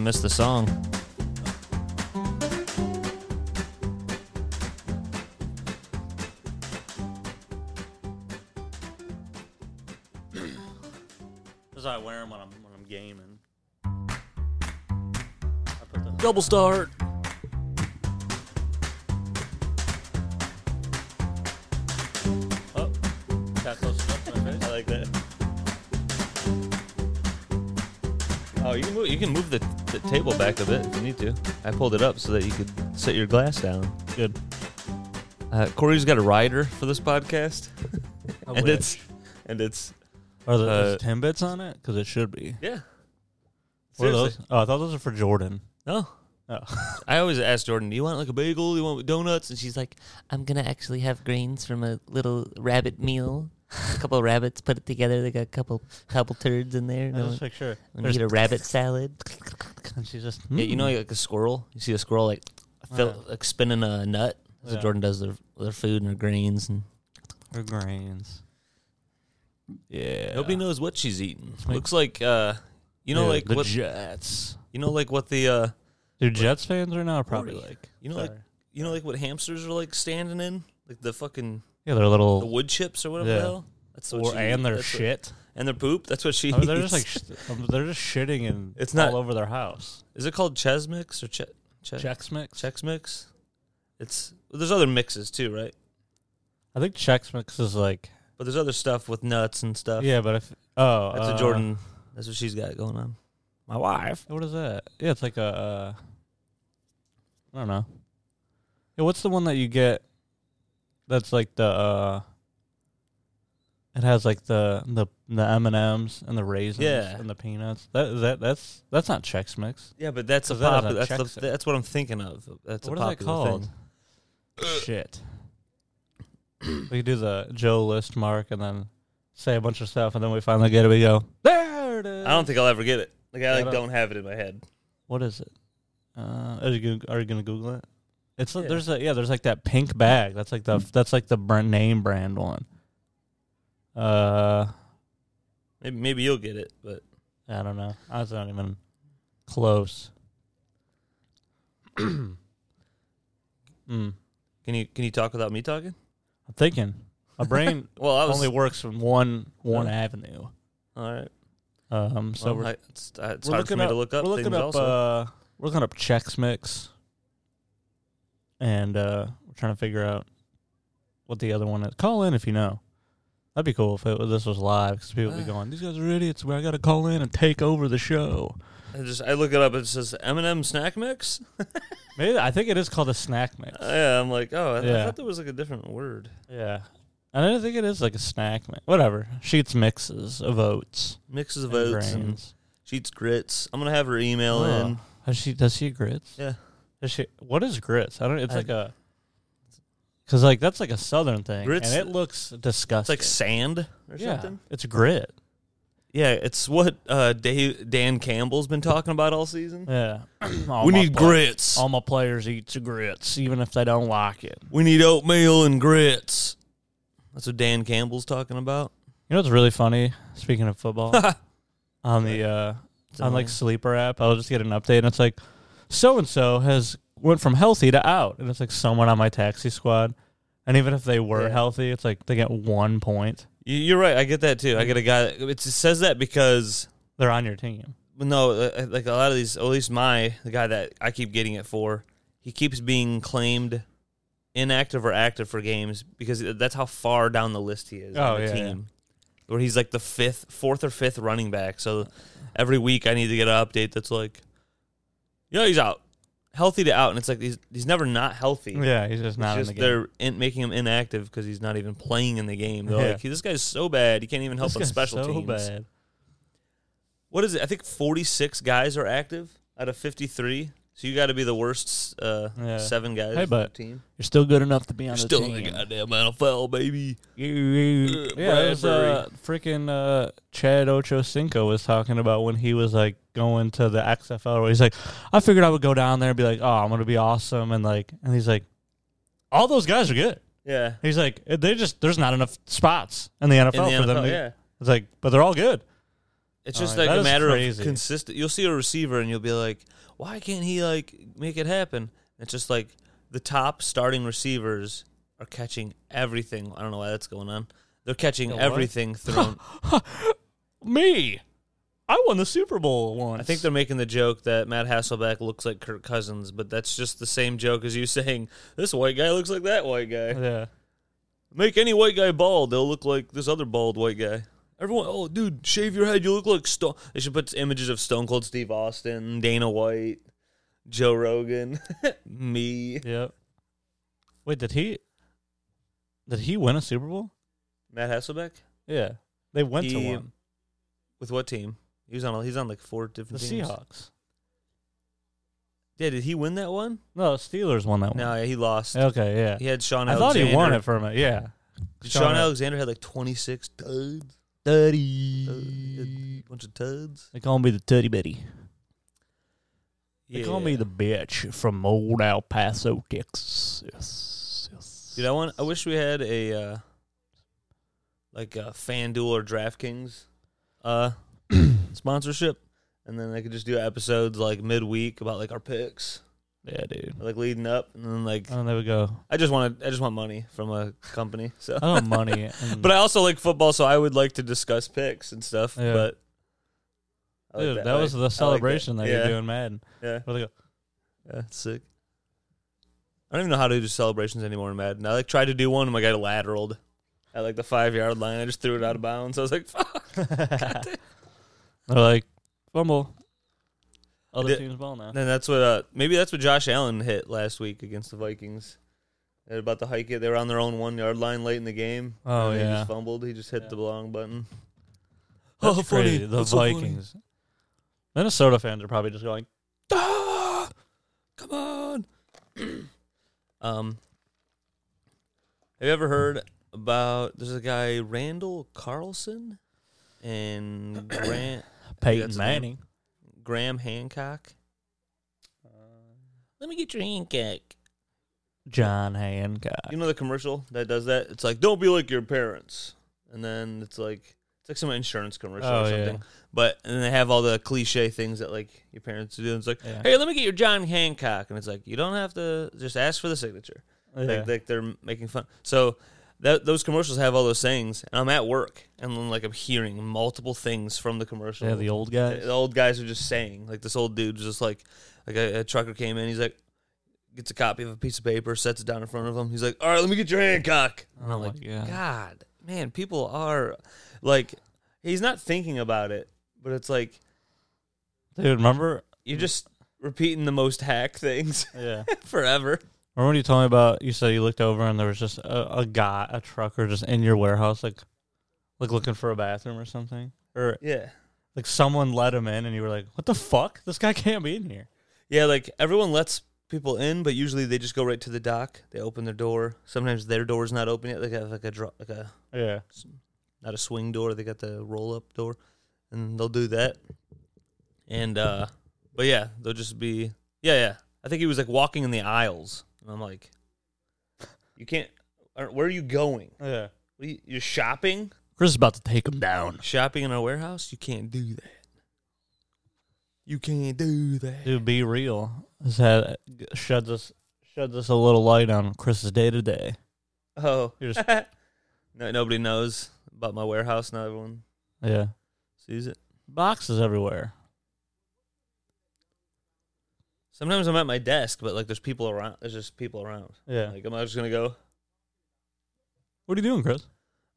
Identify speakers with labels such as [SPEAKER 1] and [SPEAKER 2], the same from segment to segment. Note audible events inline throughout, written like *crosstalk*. [SPEAKER 1] miss the song. That's how I wear them when I'm when I'm gaming. I put the double start. Oh, got close enough to my face. I like that. Oh, you can move. You can move the, the table back a bit if you need to. I pulled it up so that you could set your glass down. Good. Uh, Corey's got a rider for this podcast,
[SPEAKER 2] *laughs* I
[SPEAKER 1] and
[SPEAKER 2] wish.
[SPEAKER 1] it's and it's
[SPEAKER 2] Are there
[SPEAKER 1] uh,
[SPEAKER 2] those ten bits on it? Because it should be.
[SPEAKER 1] yeah.
[SPEAKER 2] What are
[SPEAKER 1] Seriously.
[SPEAKER 2] those? Oh, I thought those were for Jordan.
[SPEAKER 1] No.
[SPEAKER 2] Oh.
[SPEAKER 1] I always ask Jordan, "Do you want like a bagel? Do you want donuts?" And she's like,
[SPEAKER 3] I'm gonna actually have grains from a little rabbit meal. A couple of rabbits put it together. They got a couple couple turds in there.
[SPEAKER 2] I
[SPEAKER 3] No,
[SPEAKER 2] just picture.
[SPEAKER 3] when you
[SPEAKER 2] there's-
[SPEAKER 3] get a rabbit *laughs* salad.
[SPEAKER 2] And she's just.
[SPEAKER 1] "Yeah, you know, like a squirrel. You see a squirrel like fill, like spinning a nut. So
[SPEAKER 2] Yeah.
[SPEAKER 1] Jordan does their their food and their grains, and
[SPEAKER 2] "Hmm, her grains. Yeah.
[SPEAKER 1] nobody knows what she's eating. Looks like uh, you know,
[SPEAKER 2] Yeah,
[SPEAKER 1] like
[SPEAKER 2] the
[SPEAKER 1] what
[SPEAKER 2] Jets.
[SPEAKER 1] you know, like what the uh,
[SPEAKER 2] Dude, Jets fans are now probably
[SPEAKER 1] Morty.
[SPEAKER 2] like.
[SPEAKER 1] you know, like
[SPEAKER 2] sorry.
[SPEAKER 1] you know, like what hamsters are like standing in, like the fucking
[SPEAKER 2] yeah, they're
[SPEAKER 1] the
[SPEAKER 2] little.
[SPEAKER 1] wood chips or whatever
[SPEAKER 2] Yeah.
[SPEAKER 1] the hell. That's what
[SPEAKER 2] Or,
[SPEAKER 1] she
[SPEAKER 2] and their
[SPEAKER 1] that's what-
[SPEAKER 2] shit.
[SPEAKER 1] and their poop. That's what she.
[SPEAKER 2] I mean, they're just
[SPEAKER 1] eats.
[SPEAKER 2] like sh- um, they're just shitting and
[SPEAKER 1] It's not-
[SPEAKER 2] all over their house.
[SPEAKER 1] Is it called Ches Mix or Che? che-
[SPEAKER 2] Chex mix.
[SPEAKER 1] Chex Mix? It's well, there's other mixes too, right?
[SPEAKER 2] I think Chex mix is like
[SPEAKER 1] But there's other stuff with nuts and stuff.
[SPEAKER 2] yeah, but if oh
[SPEAKER 1] that's
[SPEAKER 2] uh,
[SPEAKER 1] a Jordan. That's what she's got going on. My wife.
[SPEAKER 2] What is that? Yeah, it's like a. Uh, I don't know. Yeah, what's the one that you get? That's like the. uh It has like the the the M and M's and the raisins
[SPEAKER 1] Yeah.
[SPEAKER 2] and the peanuts. That is that that's that's not Chex Mix.
[SPEAKER 1] Yeah, but that's a
[SPEAKER 2] So that is
[SPEAKER 1] pop.
[SPEAKER 2] a
[SPEAKER 1] that's
[SPEAKER 2] Chex
[SPEAKER 1] the,
[SPEAKER 2] Mix.
[SPEAKER 1] that's what I'm thinking of. That's
[SPEAKER 2] What
[SPEAKER 1] a
[SPEAKER 2] is
[SPEAKER 1] popular
[SPEAKER 2] that called?
[SPEAKER 1] thing.
[SPEAKER 2] *coughs* Shit. we could do the Joe list mark and then say a bunch of stuff and then we finally get it. We go there it is.
[SPEAKER 1] I don't think I'll ever get it. Like I
[SPEAKER 2] I
[SPEAKER 1] like
[SPEAKER 2] don't-
[SPEAKER 1] don't have it in my head.
[SPEAKER 2] What is it? Uh, are you gonna, are you gonna Google it? It's
[SPEAKER 1] Yeah.
[SPEAKER 2] there's a yeah there's like that pink bag that's like the that's like the brand name brand one. Uh,
[SPEAKER 1] Maybe maybe you'll get it, but
[SPEAKER 2] I don't know. I was not even
[SPEAKER 1] *clears throat*
[SPEAKER 2] close. mm. I'm
[SPEAKER 1] can you can you talk without me talking?
[SPEAKER 2] thinking. My brain
[SPEAKER 1] Well, *laughs* I was
[SPEAKER 2] only works from one one
[SPEAKER 1] Oh.
[SPEAKER 2] avenue.
[SPEAKER 1] all right.
[SPEAKER 2] Um, so
[SPEAKER 1] Well,
[SPEAKER 2] we're
[SPEAKER 1] I- it's, uh, it's
[SPEAKER 2] we're
[SPEAKER 1] hard for
[SPEAKER 2] looking
[SPEAKER 1] me
[SPEAKER 2] up-
[SPEAKER 1] to look up
[SPEAKER 2] we're
[SPEAKER 1] things
[SPEAKER 2] looking up.
[SPEAKER 1] also.
[SPEAKER 2] Uh, we're looking up Chex Mix, and uh, we're trying to figure out what the other one is. Call in if you know. That'd be cool if it, this was live because people would be
[SPEAKER 1] Ah.
[SPEAKER 2] going, "These guys are idiots." Where I got to call in and take over the show.
[SPEAKER 1] I just I look it up. It says M&M snack mix.
[SPEAKER 2] Maybe I think it is called a snack mix.
[SPEAKER 1] Uh, yeah, I'm like, oh, I, th- I
[SPEAKER 2] Yeah.
[SPEAKER 1] thought there was like a different word.
[SPEAKER 2] yeah, and I don't think it is like a snack mix. Whatever. She eats mixes of oats,
[SPEAKER 1] Mixes of
[SPEAKER 2] and
[SPEAKER 1] oats and
[SPEAKER 2] grains.
[SPEAKER 1] she eats grits. I'm gonna have her email
[SPEAKER 2] Oh.
[SPEAKER 1] in.
[SPEAKER 2] Does she does she eat grits?
[SPEAKER 1] Yeah.
[SPEAKER 2] Does she? What is grits? I don't. It's
[SPEAKER 1] I-
[SPEAKER 2] like a. Cause like that's like a southern thing,
[SPEAKER 1] Grits-
[SPEAKER 2] and it looks
[SPEAKER 1] It's
[SPEAKER 2] disgusting.
[SPEAKER 1] like sand or
[SPEAKER 2] yeah,
[SPEAKER 1] something.
[SPEAKER 2] it's grit.
[SPEAKER 1] Yeah, it's what uh, Dave, Dan Campbell's been talking about all season. *clears throat*
[SPEAKER 2] Yeah, All
[SPEAKER 1] Hmm. we
[SPEAKER 2] Oh, my Oh.
[SPEAKER 1] need
[SPEAKER 2] pla-
[SPEAKER 1] grits.
[SPEAKER 2] All my players eat grits, even if they don't like it.
[SPEAKER 1] we need oatmeal and grits. That's what Dan Campbell's talking about.
[SPEAKER 2] You know what's really funny? Speaking of football,
[SPEAKER 1] *laughs*
[SPEAKER 2] on the uh, on like sleeper app, I'll just get an update, and it's like, so and so has went from healthy to out, and it's like someone on my taxi squad, and even if they were
[SPEAKER 1] Yeah.
[SPEAKER 2] healthy, it's like they get one point.
[SPEAKER 1] You- You're right. I get that too. I get a guy. That, it says that because
[SPEAKER 2] They're on your team.
[SPEAKER 1] no, uh, like a lot of these. At least my the guy that I keep getting it for, he keeps being claimed inactive or active for games because that's how far down the list he is
[SPEAKER 2] Oh,
[SPEAKER 1] on the
[SPEAKER 2] yeah,
[SPEAKER 1] team. Where he's like the fifth, fourth or fifth running back. So every week I need to get an update that's like, yeah, he's out, healthy to out, and it's like he's he's never not healthy.
[SPEAKER 2] Yeah, he's just
[SPEAKER 1] It's
[SPEAKER 2] not
[SPEAKER 1] just
[SPEAKER 2] in the game.
[SPEAKER 1] they're in, making him inactive because he's not even playing in the game. They're
[SPEAKER 2] Yeah.
[SPEAKER 1] like, this guy's so bad, he can't even help
[SPEAKER 2] This
[SPEAKER 1] on
[SPEAKER 2] guy's
[SPEAKER 1] special
[SPEAKER 2] so
[SPEAKER 1] teams.
[SPEAKER 2] bad.
[SPEAKER 1] What is it? I think 46 guys are active out of 53. So you got to be the worst uh,
[SPEAKER 2] Yeah.
[SPEAKER 1] seven guys
[SPEAKER 2] Hey,
[SPEAKER 1] on
[SPEAKER 2] but
[SPEAKER 1] the team.
[SPEAKER 2] You're still good enough to be
[SPEAKER 1] You're
[SPEAKER 2] on the
[SPEAKER 1] still in the
[SPEAKER 2] team.
[SPEAKER 1] goddamn NFL, baby.
[SPEAKER 2] yeah,
[SPEAKER 1] Uh,
[SPEAKER 2] it was uh, freaking uh, Chad Ochocinco was talking about when he was like going to the XFL. Where he's like, I figured I would go down there and be like, oh, I'm gonna be awesome, and like, and he's like, all those guys are good.
[SPEAKER 1] Yeah.
[SPEAKER 2] He's like, they just there's not enough spots in the NFL
[SPEAKER 1] In the
[SPEAKER 2] for them.
[SPEAKER 1] NFL,
[SPEAKER 2] to-"
[SPEAKER 1] yeah.
[SPEAKER 2] It's like, but they're all good.
[SPEAKER 1] It's
[SPEAKER 2] Oh,
[SPEAKER 1] just
[SPEAKER 2] yeah,
[SPEAKER 1] like
[SPEAKER 2] that
[SPEAKER 1] a
[SPEAKER 2] is
[SPEAKER 1] matter
[SPEAKER 2] crazy.
[SPEAKER 1] of consistent. You'll see a receiver and you'll be like, why can't he like make it happen? It's just like the top starting receivers are catching everything. I don't know why that's going on. They're catching
[SPEAKER 2] The what?
[SPEAKER 1] everything thrown.
[SPEAKER 2] Me, I won the Super Bowl once.
[SPEAKER 1] I think they're making the joke that Matt Hasselbeck looks like Kirk Cousins, but that's just the same joke as you *laughs* saying this white guy looks like that white guy.
[SPEAKER 2] yeah.
[SPEAKER 1] Make any white guy bald, they'll look like this other bald white guy. Everyone, oh, dude, shave your head. You look like Stone. They should put images of Stone Cold Steve Austin, Dana White, Joe Rogan, *laughs* me,
[SPEAKER 2] Yep. Wait, did he? Did he win a Super Bowl?
[SPEAKER 1] Matt Hasselbeck.
[SPEAKER 2] Yeah, they went to
[SPEAKER 1] He-
[SPEAKER 2] one.
[SPEAKER 1] With what team? He was on. He's on like four
[SPEAKER 2] The
[SPEAKER 1] different teams.
[SPEAKER 2] Seahawks.
[SPEAKER 1] Yeah, did he win that one?
[SPEAKER 2] No, the Steelers won that one.
[SPEAKER 1] No, yeah, he lost.
[SPEAKER 2] Okay, yeah.
[SPEAKER 1] He had Sean.
[SPEAKER 2] I thought he won
[SPEAKER 1] Alexander.
[SPEAKER 2] it from it. Yeah.
[SPEAKER 1] Sean,
[SPEAKER 2] Sean Al-
[SPEAKER 1] Alexander had like twenty six duds.
[SPEAKER 2] Duddy.
[SPEAKER 1] bunch of tuds.
[SPEAKER 2] They call me the Tutty Bitty. They
[SPEAKER 1] Yeah.
[SPEAKER 2] call me the bitch from old El Paso, Texas. Yes, yes.
[SPEAKER 1] Dude, I want. I wish we had a uh, like a FanDuel or DraftKings uh,
[SPEAKER 2] *clears throat*
[SPEAKER 1] sponsorship, and then I could just do episodes like midweek about like our picks,
[SPEAKER 2] Yeah, dude.
[SPEAKER 1] like leading up, and then like
[SPEAKER 2] Oh, there we go.
[SPEAKER 1] I just want I just want money from a company. So,
[SPEAKER 2] I
[SPEAKER 1] *laughs*
[SPEAKER 2] don't money. and-
[SPEAKER 1] but I also like football, so I would like to discuss picks and stuff.
[SPEAKER 2] Yeah.
[SPEAKER 1] But I like
[SPEAKER 2] dude, that,
[SPEAKER 1] I
[SPEAKER 2] was
[SPEAKER 1] like-
[SPEAKER 2] the
[SPEAKER 1] I like
[SPEAKER 2] celebration that,
[SPEAKER 1] yeah,
[SPEAKER 2] you're doing, Madden.
[SPEAKER 1] Yeah,
[SPEAKER 2] Where they go,
[SPEAKER 1] yeah, it's sick. I don't even know how to do celebrations anymore in Madden. I like tried to do one, and my guy lateraled at like the five yard line. I just threw it out of bounds. I was like, fuck.
[SPEAKER 2] *laughs* They're like, fumble. Other
[SPEAKER 1] Did-
[SPEAKER 2] team's ball now.
[SPEAKER 1] And that's what uh, maybe that's what Josh Allen hit last week against the Vikings. They're about to hike it. They were on their own one yard line late in the game.
[SPEAKER 2] Oh,
[SPEAKER 1] And he
[SPEAKER 2] yeah.
[SPEAKER 1] just fumbled. He just hit the long button.
[SPEAKER 2] That's crazy. The Vikings. Minnesota fans are probably just going,
[SPEAKER 1] Ah, come on. *clears throat* um, have you ever heard about? There's a guy Randall Carlson and Grant
[SPEAKER 2] Peyton
[SPEAKER 1] that's his
[SPEAKER 2] Manning.
[SPEAKER 1] Graham Hancock. Let me get your Hancock.
[SPEAKER 2] John Hancock.
[SPEAKER 1] You know the commercial that does that? It's like, don't be like your parents. And then it's like, it's like some insurance commercial
[SPEAKER 2] Oh,
[SPEAKER 1] or
[SPEAKER 2] yeah.
[SPEAKER 1] something. But, and they have all the cliche things that like your parents do. And it's like,
[SPEAKER 2] Yeah.
[SPEAKER 1] hey, let me get your John Hancock. And it's like, you don't have to just ask for the signature.
[SPEAKER 2] Yeah.
[SPEAKER 1] Like, like they're making fun. So that, those commercials have all those sayings. And I'm at work and then like I'm hearing multiple things from the commercial.
[SPEAKER 2] Yeah, the old guys.
[SPEAKER 1] Uh, The old guys are just saying. Like this old dude was just like, like a, a trucker came in. He's like, gets a copy of a piece of paper, sets it down in front of him. He's like, all right, let me get your Hancock.
[SPEAKER 2] Oh, my God.
[SPEAKER 1] God, man, people are like, he's not thinking about it, but it's like
[SPEAKER 2] Dude, remember?
[SPEAKER 1] you're just repeating the most hack *laughs* things
[SPEAKER 2] Yeah.
[SPEAKER 1] forever.
[SPEAKER 2] *laughs* Remember when you told me about you said you looked over and there was just a, a guy, a trucker, just in your warehouse, like, like looking for a bathroom or something, or
[SPEAKER 1] Yeah,
[SPEAKER 2] like someone let him in, and you were like, "What the fuck? This guy can't be in here."
[SPEAKER 1] yeah. Like everyone lets people in, but usually they just go right to the dock. They open their door. Sometimes their door's not open yet. They have like a dro- like a
[SPEAKER 2] Yeah,
[SPEAKER 1] not a swing door. They got the roll up door, and they'll do that. And uh but yeah, they'll just be yeah, yeah. I think he was like walking in the aisles, and I'm like, you can't. are- Where are you going?
[SPEAKER 2] yeah.
[SPEAKER 1] What are you- You're shopping,
[SPEAKER 2] Chris is about to take him down,
[SPEAKER 1] shopping in our warehouse. You can't do that. You can't do that.
[SPEAKER 2] dude. Be real. This had sheds us sheds us a little light on Chris's day to day.
[SPEAKER 1] Oh,
[SPEAKER 2] You're just-
[SPEAKER 1] *laughs* no, nobody knows about my warehouse. Now everyone
[SPEAKER 2] Yeah,
[SPEAKER 1] sees it.
[SPEAKER 2] boxes everywhere.
[SPEAKER 1] Sometimes I'm at my desk, but like there's people around. There's just people around.
[SPEAKER 2] Yeah.
[SPEAKER 1] Like am I just gonna go?
[SPEAKER 2] what are you doing, Chris?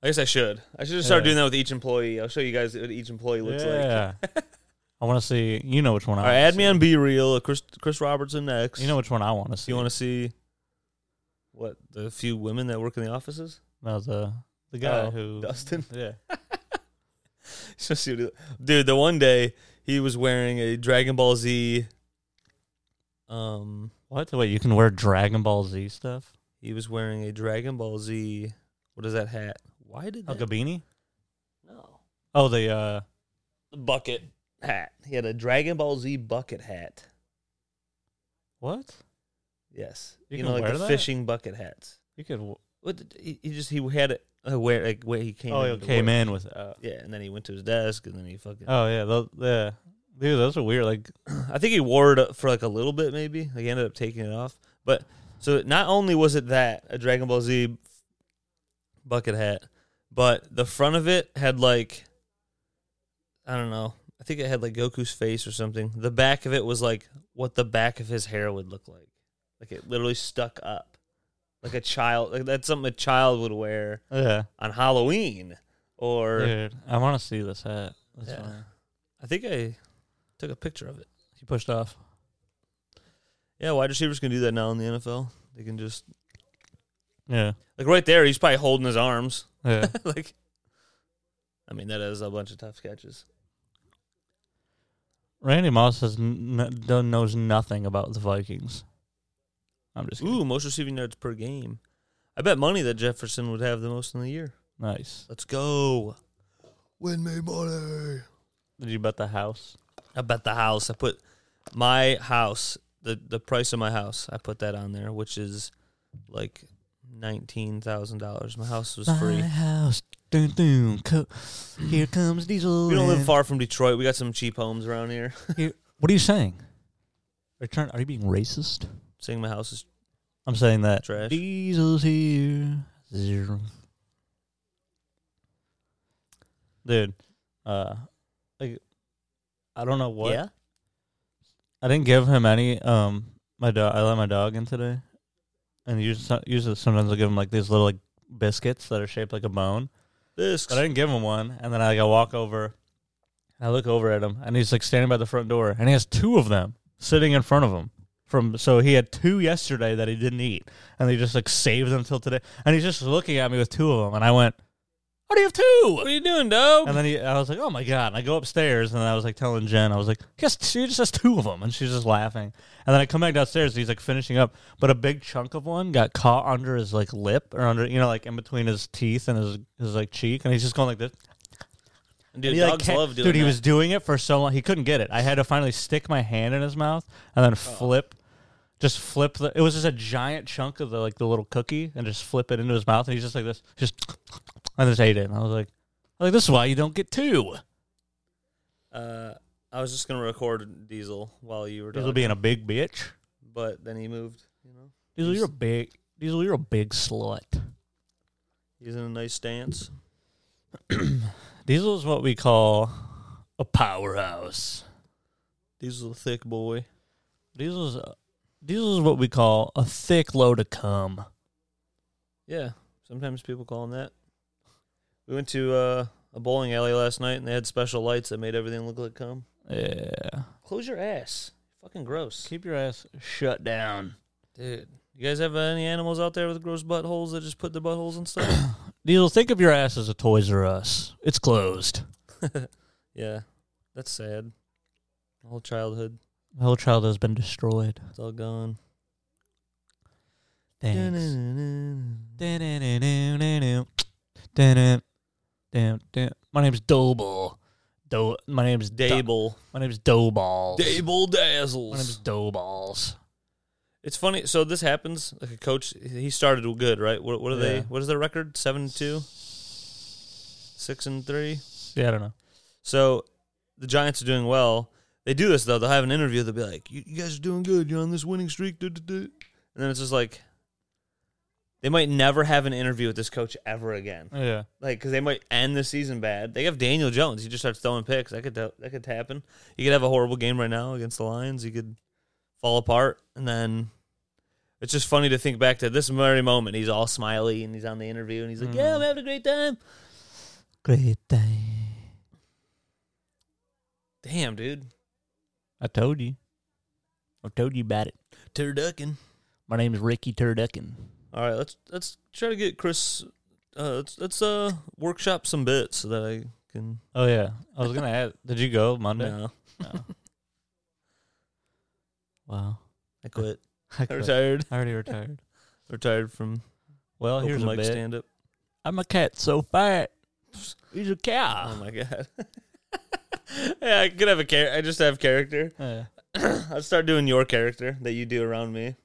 [SPEAKER 1] I guess I should. I should just start
[SPEAKER 2] Yeah.
[SPEAKER 1] doing that with each employee. I'll show you guys what each employee looks like. *laughs*
[SPEAKER 2] yeah. I want to see. You know which one I.
[SPEAKER 1] All
[SPEAKER 2] wanna
[SPEAKER 1] right, add
[SPEAKER 2] see.
[SPEAKER 1] me on Be Real. Chris Chris Robertson next.
[SPEAKER 2] You know which one I want to see.
[SPEAKER 1] you want to see what the few women that work in the offices?
[SPEAKER 2] No, the uh, the guy
[SPEAKER 1] Oh,
[SPEAKER 2] who.
[SPEAKER 1] Dustin. *laughs*
[SPEAKER 2] Yeah.
[SPEAKER 1] So see what he- Dude, the one day he was wearing a Dragon Ball Z. Um,
[SPEAKER 2] What? Wait, you can wear Dragon Ball Z stuff?
[SPEAKER 1] he was wearing a Dragon Ball Z. What is that hat? Why did
[SPEAKER 2] Like
[SPEAKER 1] that?
[SPEAKER 2] a beanie?
[SPEAKER 1] no.
[SPEAKER 2] Oh, the uh,
[SPEAKER 1] Bucket hat. He had a Dragon Ball Z bucket hat.
[SPEAKER 2] what?
[SPEAKER 1] Yes,
[SPEAKER 2] You
[SPEAKER 1] you,
[SPEAKER 2] can
[SPEAKER 1] know, like
[SPEAKER 2] wear
[SPEAKER 1] the
[SPEAKER 2] that?
[SPEAKER 1] fishing bucket hats.
[SPEAKER 2] You could. w-
[SPEAKER 1] What did, he, he just he had it. Uh, where like where he came.
[SPEAKER 2] oh,
[SPEAKER 1] in
[SPEAKER 2] he
[SPEAKER 1] to
[SPEAKER 2] came
[SPEAKER 1] work.
[SPEAKER 2] in with. Uh,
[SPEAKER 1] Yeah, and then he went to his desk, and then he fucking. *clears throat*
[SPEAKER 2] oh yeah, those, yeah, dude, those are weird. Like,
[SPEAKER 1] I think he wore it up for like a little bit, maybe. Like he ended up taking it off. But so not only was it that a Dragon Ball Z bucket hat, but the front of it had like I don't know. I think it had like Goku's face or something. The back of it was like what the back of his hair would look like. Like it literally stuck up. Like a child like that's something a child would wear
[SPEAKER 2] yeah,
[SPEAKER 1] on Halloween. Or
[SPEAKER 2] dude, I want to see this hat. That's
[SPEAKER 1] Yeah.
[SPEAKER 2] funny.
[SPEAKER 1] I think I took a picture of it.
[SPEAKER 2] He pushed off.
[SPEAKER 1] Yeah, wide receivers can do that now in the NFL. They can just
[SPEAKER 2] Yeah,
[SPEAKER 1] Like right there, he's probably holding his arms. *laughs*
[SPEAKER 2] *laughs* yeah.
[SPEAKER 1] like, I mean, that is a bunch of tough catches.
[SPEAKER 2] Randy Moss has n- n- done- knows nothing about the Vikings. I'm just kidding.
[SPEAKER 1] Ooh, most receiving yards per game. I bet money that Jefferson would have the most in the year.
[SPEAKER 2] nice.
[SPEAKER 1] Let's go. Win me money.
[SPEAKER 2] Did you bet the house?
[SPEAKER 1] I bet the house. I put my house, the the price of my house. I put that on there, which is like nineteen thousand dollars. My house was free.
[SPEAKER 2] My house. Dun, dun, co- here comes Diesel.
[SPEAKER 1] We don't live
[SPEAKER 2] and-
[SPEAKER 1] far from Detroit. We got some cheap homes around here. *laughs*
[SPEAKER 2] What are you saying? Are you, trying, are you being racist?
[SPEAKER 1] Saying my house is
[SPEAKER 2] I'm saying that.
[SPEAKER 1] Trash.
[SPEAKER 2] Diesel's here. Zero. Dude, uh, like, I don't know what.
[SPEAKER 1] yeah.
[SPEAKER 2] I didn't give him any. Um, my dog. I let my dog in today, and usually, usually sometimes I give him like these little like biscuits that are shaped like a bone.
[SPEAKER 1] This
[SPEAKER 2] But I didn't give him one, and then I like, I walk over, and I look over at him, and he's like standing by the front door, and he has two of them sitting in front of him. From so he had two yesterday that he didn't eat, and he just like saved them till today, and he's just looking at me with two of them, and I went, "How do you have two?
[SPEAKER 1] What are you doing, dog?
[SPEAKER 2] And then he, I was like, "Oh my god!" And I go upstairs, and I was like telling Jen, I was like, "Guess she just has two of them," and she's just laughing. And then I come back downstairs, and he's like finishing up, but a big chunk of one got caught under his like lip or under, you know, like in between his teeth and his his like cheek, and he's just going like this.
[SPEAKER 1] Dude,
[SPEAKER 2] And he, like,
[SPEAKER 1] dogs
[SPEAKER 2] can't-
[SPEAKER 1] love doing
[SPEAKER 2] Dude, he
[SPEAKER 1] that.
[SPEAKER 2] was doing it for so long, he couldn't get it. I had to finally stick my hand in his mouth and
[SPEAKER 1] Oh.
[SPEAKER 2] then flip. Just flip the. It was just a giant chunk of the like the little cookie, and just flip it into his mouth, and he's just like this, just and just ate it. And I was like, I was like this is why you don't get two.
[SPEAKER 1] Uh, I was just gonna record Diesel while you were
[SPEAKER 2] Diesel
[SPEAKER 1] talking,
[SPEAKER 2] being a big bitch.
[SPEAKER 1] but then he moved. You know,
[SPEAKER 2] Diesel,
[SPEAKER 1] He's-
[SPEAKER 2] you're a big. Diesel, you're a big slut.
[SPEAKER 1] he's in a nice stance.
[SPEAKER 2] Diesel is what we call a powerhouse.
[SPEAKER 1] Diesel's a thick boy.
[SPEAKER 2] Diesel is, Diesel is what we call a thick load of cum.
[SPEAKER 1] Yeah, sometimes people call him that. We went to uh, a bowling alley last night, and they had special lights that made everything look like cum.
[SPEAKER 2] Yeah.
[SPEAKER 1] Close your ass. Fucking gross,
[SPEAKER 2] Keep your ass shut down.
[SPEAKER 1] dude. You guys have uh, any animals out there with gross buttholes that just put their buttholes and *coughs* stuff?
[SPEAKER 2] Diesel, think of your ass as a Toys R Us. It's closed.
[SPEAKER 1] yeah, that's sad. My whole childhood,
[SPEAKER 2] My whole child has been destroyed.
[SPEAKER 1] it's all gone.
[SPEAKER 2] Thanks. My name's Doble. Do- my name's Dable.
[SPEAKER 1] Dable,
[SPEAKER 2] My name's Doughballs.
[SPEAKER 1] Dable Dazzles.
[SPEAKER 2] My name's Doughballs.
[SPEAKER 1] It's funny. So this happens. Like a coach, he started good, right? What, what are they?
[SPEAKER 2] Yeah.
[SPEAKER 1] What is their record? Seven and two, six and three.
[SPEAKER 2] Yeah, I don't know.
[SPEAKER 1] So the Giants are doing well. They do this though. They'll have an interview. They'll be like, "You, you guys are doing good. You're on this winning streak." duh, duh, duh." And then it's just like they might never have an interview with this coach ever again.
[SPEAKER 2] Yeah.
[SPEAKER 1] Like because they might end the season bad. They have Daniel Jones. He just starts throwing picks. That could that could happen. You could have a horrible game right now against the Lions. You could fall apart, and then it's just funny to think back to this very moment. He's all smiley and he's on the interview and he's like, "Yeah, I'm having a great time."
[SPEAKER 2] Great day.
[SPEAKER 1] Damn, dude,
[SPEAKER 2] I told you. I told you about it.
[SPEAKER 1] turducken.
[SPEAKER 2] My name's Ricky Turducken.
[SPEAKER 1] All right, let's let's try to get Chris. Uh, let's let's uh workshop some bits so that I can.
[SPEAKER 2] Oh yeah. I was gonna ask did you go Monday?
[SPEAKER 1] No,
[SPEAKER 2] *laughs* Wow.
[SPEAKER 1] I quit.
[SPEAKER 2] *laughs* I,
[SPEAKER 1] I
[SPEAKER 2] quit.
[SPEAKER 1] retired.
[SPEAKER 2] I already retired.
[SPEAKER 1] Retired from
[SPEAKER 2] Well
[SPEAKER 1] open
[SPEAKER 2] Oh, here's a
[SPEAKER 1] mic
[SPEAKER 2] bit.
[SPEAKER 1] stand up.
[SPEAKER 2] I'm a cat so fat. He's a cow.
[SPEAKER 1] Oh my god. *laughs* yeah, I could have a character. I just have character.
[SPEAKER 2] Yeah.
[SPEAKER 1] I'll start doing your character that you do around
[SPEAKER 2] *laughs*
[SPEAKER 1] me.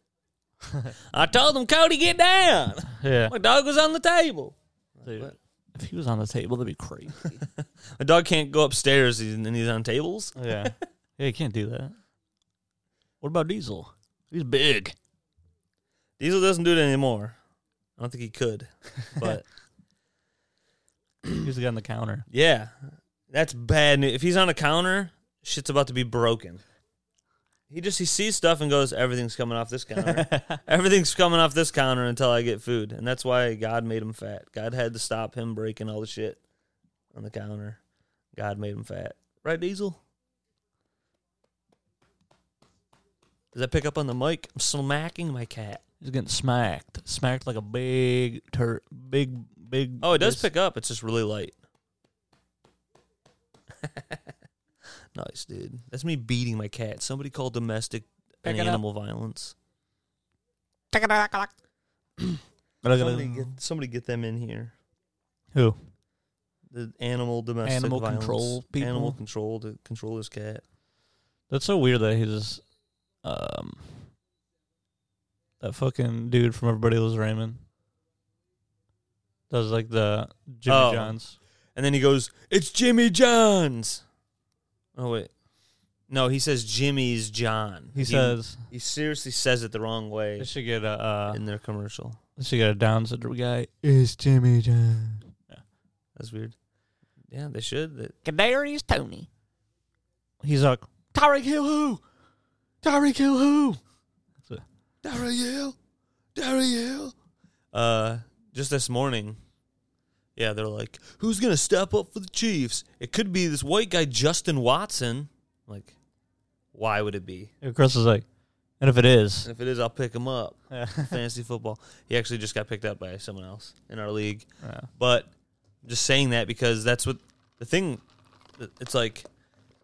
[SPEAKER 1] I told him, Cody, get down.
[SPEAKER 2] yeah.
[SPEAKER 1] My dog was on the table. Dude.
[SPEAKER 3] What?
[SPEAKER 2] If he was on the table, that'd be crazy.
[SPEAKER 1] A dog can't go upstairs and he's on tables.
[SPEAKER 2] *laughs* yeah. Yeah, you can't do that. What about Diesel? He's big.
[SPEAKER 1] Diesel doesn't do it anymore. I don't think he
[SPEAKER 2] *laughs*
[SPEAKER 1] could. But
[SPEAKER 2] He's the guy on the *laughs* counter.
[SPEAKER 1] yeah, that's bad news. If he's on a counter, shit's about to be broken. He just he sees stuff and goes, everything's coming off this
[SPEAKER 2] *laughs*
[SPEAKER 1] counter. everything's coming off this counter until I get food, and that's why God made him fat. God had to stop him breaking all the shit on the counter. God made him fat, right, Diesel? Does that pick up on the mic? I'm smacking my cat.
[SPEAKER 2] He's getting smacked. Smacked like a big tur big big
[SPEAKER 1] Oh, it does
[SPEAKER 2] this-
[SPEAKER 1] pick up. It's just really light. *laughs* nice, dude. That's me beating my cat. Somebody called domestic and
[SPEAKER 2] Pick it up.
[SPEAKER 1] animal violence. Somebody get, somebody get them in here.
[SPEAKER 2] Who?
[SPEAKER 1] The animal domestic
[SPEAKER 2] Animal
[SPEAKER 1] violence.
[SPEAKER 2] control people?
[SPEAKER 1] Animal control to control his cat.
[SPEAKER 2] That's so weird that he's um that fucking dude from Everybody Loves Raymond does like the Jimmy
[SPEAKER 1] Oh.
[SPEAKER 2] John's.
[SPEAKER 1] And then he goes, "It's Jimmy John's." Oh wait, no, he says Jimmy's John.
[SPEAKER 2] He says
[SPEAKER 1] he seriously says it the wrong way
[SPEAKER 2] they should get a uh,
[SPEAKER 1] in their commercial.
[SPEAKER 2] they should get a Down syndrome guy. It's Jimmy John.
[SPEAKER 1] That's weird. Yeah, they should. That-
[SPEAKER 3] Kadarius Tony.
[SPEAKER 2] He's like Tyreek Hill who? Tyreek Hill who?
[SPEAKER 1] Daryl, Daryl. Uh, just this morning, yeah, they're like, "Who's gonna step up for the Chiefs?" It could be this white guy, Justin Watson. Like, why would it be?
[SPEAKER 2] And Chris is like, and if it
[SPEAKER 1] *laughs*
[SPEAKER 2] is, *laughs*
[SPEAKER 1] And if it is, I'll pick him up.
[SPEAKER 2] yeah.
[SPEAKER 1] Fantasy football. He actually just got picked up by someone else in our league.
[SPEAKER 2] Yeah.
[SPEAKER 1] But just saying that because that's what the thing. It's like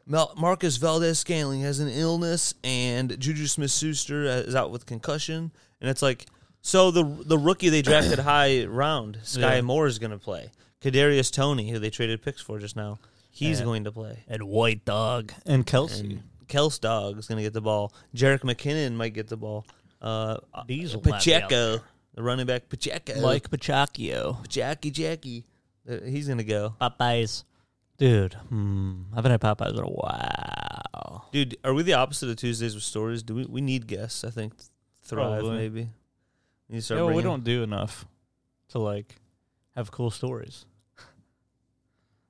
[SPEAKER 1] Mel- Marcus Valdez Scantling has an illness, and Juju Smith Schuster uh, is out with concussion, and it's like so the the rookie they
[SPEAKER 2] *clears throat*
[SPEAKER 1] drafted high round, Sky
[SPEAKER 2] Yeah.
[SPEAKER 1] Moore is going to play. Kadarius Tony, who they traded picks for just now, he's
[SPEAKER 2] Yeah.
[SPEAKER 1] going to play.
[SPEAKER 2] and White Dog and Kelsey.
[SPEAKER 1] And Kels Dog is going to get the ball. Jarek McKinnon might get the ball. Uh,
[SPEAKER 2] Diesel might be out
[SPEAKER 1] Pacheco, the running back Pacheco,
[SPEAKER 2] Mike Pachacchio.
[SPEAKER 1] Jackie Jackie, Uh, he's going to go.
[SPEAKER 2] Popeyes. Dude, hmm, I haven't had Popeyes in a while.
[SPEAKER 1] Dude, are we the opposite of Tuesdays with stories? Do we we need guests? I think thrive
[SPEAKER 2] Probably.
[SPEAKER 1] maybe. We need to start
[SPEAKER 2] Yeah, well, we
[SPEAKER 1] bringing-
[SPEAKER 2] don't do enough to like have cool stories. *laughs*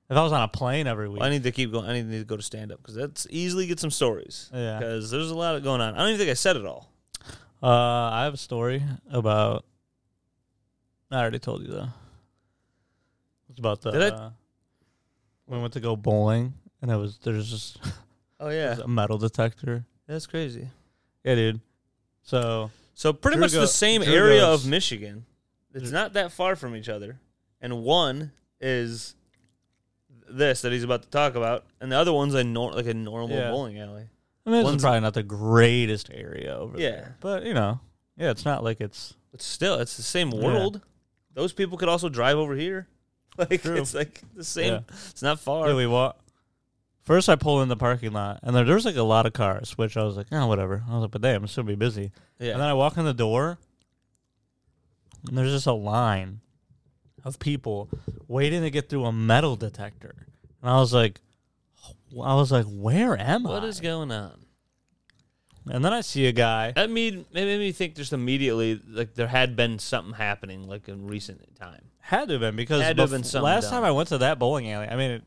[SPEAKER 2] if I was on a plane every week,
[SPEAKER 1] I need to keep going. I need need to go to stand up because that's easily get some stories.
[SPEAKER 2] yeah.
[SPEAKER 1] Because there's a lot going on. I don't even think I said it all.
[SPEAKER 2] Uh, I have a story about. I already told you though. It's about the.
[SPEAKER 1] Did I-
[SPEAKER 2] Uh, we went to go bowling, and it was
[SPEAKER 1] *laughs*
[SPEAKER 2] there's just
[SPEAKER 1] Oh yeah,
[SPEAKER 2] a metal detector.
[SPEAKER 1] that's crazy.
[SPEAKER 2] Yeah, dude. So
[SPEAKER 1] So pretty
[SPEAKER 2] Drew
[SPEAKER 1] much
[SPEAKER 2] go-
[SPEAKER 1] the same
[SPEAKER 2] Drew
[SPEAKER 1] area
[SPEAKER 2] goes-
[SPEAKER 1] of Michigan. It's
[SPEAKER 2] Drew-
[SPEAKER 1] not that far from each other, and one is this that he's about to talk about, and the other one's a nor- like a normal
[SPEAKER 2] Yeah.
[SPEAKER 1] bowling alley.
[SPEAKER 2] I mean,
[SPEAKER 1] One's-
[SPEAKER 2] it's probably not the greatest area over
[SPEAKER 1] Yeah.
[SPEAKER 2] there, but you know, yeah, it's not like it's
[SPEAKER 1] But still, it's the same
[SPEAKER 2] Yeah.
[SPEAKER 1] world. Those people could also drive over here. *laughs* Like
[SPEAKER 2] True.
[SPEAKER 1] it's like the same.
[SPEAKER 2] Yeah.
[SPEAKER 1] It's not far.
[SPEAKER 2] Yeah, we walk. First, I pull in the parking lot, and there, there's like a lot of cars, which I was like, oh, whatever. I was like, but damn, it's gonna be busy.
[SPEAKER 1] yeah.
[SPEAKER 2] And then I walk in the door, and there's just a line of people waiting to get through a metal detector, and I was like, I was like, where am
[SPEAKER 1] what
[SPEAKER 2] I?
[SPEAKER 1] is going on?
[SPEAKER 2] and then I see a guy.
[SPEAKER 1] That made it made me think just immediately like there had been something happening like in recent time.
[SPEAKER 2] Had to have been because
[SPEAKER 1] Had to have been
[SPEAKER 2] bef-
[SPEAKER 1] something
[SPEAKER 2] last
[SPEAKER 1] done.
[SPEAKER 2] time I went to that bowling alley, I mean, it,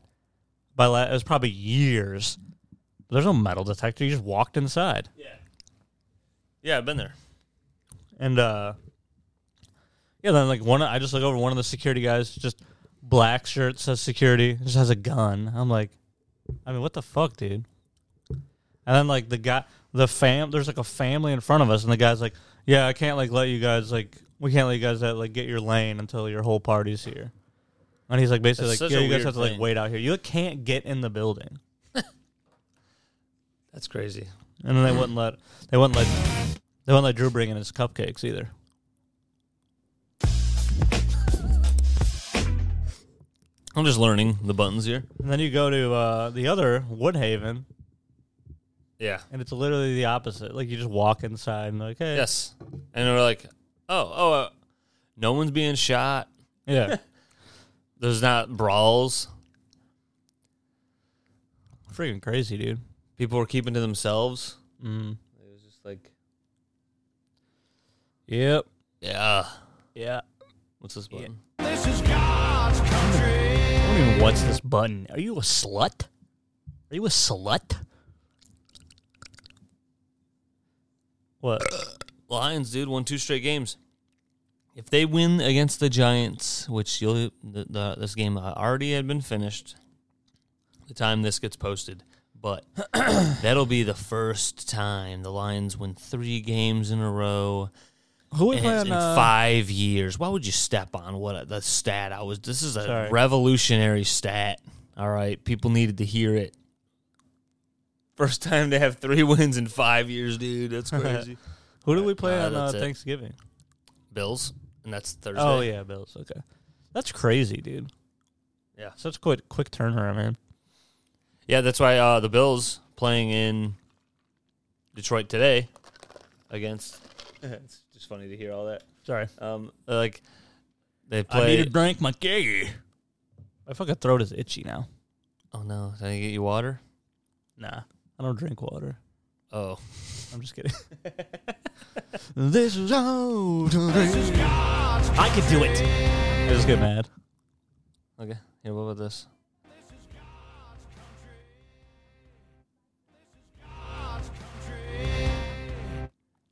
[SPEAKER 2] by la- it was probably years. There's no metal detector. You just walked inside.
[SPEAKER 1] Yeah. Yeah, I've been there.
[SPEAKER 2] And uh yeah, then like one I just look over one of the security guys just black shirt says security, just has a gun. I'm like I mean, what the fuck, dude? And then like the guy the fam there's like a family in front of us and the guy's like, "Yeah, I can't like let you guys like we can't let you guys uh, like get your lane until your whole party's here." And he's like basically
[SPEAKER 1] That's
[SPEAKER 2] like,
[SPEAKER 1] such
[SPEAKER 2] "Yeah,
[SPEAKER 1] a
[SPEAKER 2] you guys
[SPEAKER 1] weird
[SPEAKER 2] have to
[SPEAKER 1] thing.
[SPEAKER 2] like wait out here. You can't get in the building."
[SPEAKER 1] That's crazy.
[SPEAKER 2] And then they wouldn't let they wouldn't let they wouldn't let Drew bring in his cupcakes either.
[SPEAKER 1] I'm just learning the buttons here.
[SPEAKER 2] And then you go to uh, the other Woodhaven,
[SPEAKER 1] Yeah.
[SPEAKER 2] and it's literally the opposite. Like you just walk inside and like,
[SPEAKER 4] *laughs*
[SPEAKER 2] hey,
[SPEAKER 1] Yes. And we're like, oh, oh, uh, no one's being shot.
[SPEAKER 2] yeah.
[SPEAKER 1] There's not brawls.
[SPEAKER 2] Freaking crazy, dude.
[SPEAKER 1] People were keeping to themselves.
[SPEAKER 4] Mm-hmm.
[SPEAKER 2] Mm.
[SPEAKER 1] It was just like,
[SPEAKER 2] Yep.
[SPEAKER 1] yeah.
[SPEAKER 4] Yeah.
[SPEAKER 1] What's this button?
[SPEAKER 4] I don't even what's this button. Are you a slut? Are you a slut? What?
[SPEAKER 1] Lions, dude, won two straight games. If they win against the Giants, which you'll the, the, this game already had been finished, the time this gets posted, but *clears throat* that'll be the first time the Lions win three games in a row
[SPEAKER 2] Who we
[SPEAKER 1] in,
[SPEAKER 2] playing?
[SPEAKER 1] in
[SPEAKER 2] uh,
[SPEAKER 1] five years. Why would you step on what a, the stat? I was. This is a
[SPEAKER 2] Sorry.
[SPEAKER 1] revolutionary stat. All right, people needed to hear it. First time to have three *laughs* wins in five years, dude.
[SPEAKER 2] *laughs*
[SPEAKER 1] That's crazy.
[SPEAKER 2] Who do we play
[SPEAKER 1] Uh,
[SPEAKER 2] on uh,
[SPEAKER 1] that's it.
[SPEAKER 2] Thanksgiving?
[SPEAKER 1] Bills, and that's Thursday.
[SPEAKER 2] Oh yeah, Bills. Okay, that's crazy, dude.
[SPEAKER 1] Yeah.
[SPEAKER 2] such quick quick turnaround, man.
[SPEAKER 1] Yeah, that's why uh, the Bills playing in Detroit today against. *laughs* it's just funny to hear all that.
[SPEAKER 2] Sorry,
[SPEAKER 1] Um, like they play.
[SPEAKER 4] drink my gay.
[SPEAKER 2] my fucking throat is itchy now.
[SPEAKER 1] oh no! Did I get you water?
[SPEAKER 2] Nah, I don't drink water.
[SPEAKER 1] Oh,
[SPEAKER 2] I'm just kidding. *laughs* this is how
[SPEAKER 4] I could do it.
[SPEAKER 2] I just get mad.
[SPEAKER 1] okay. Here, what about this?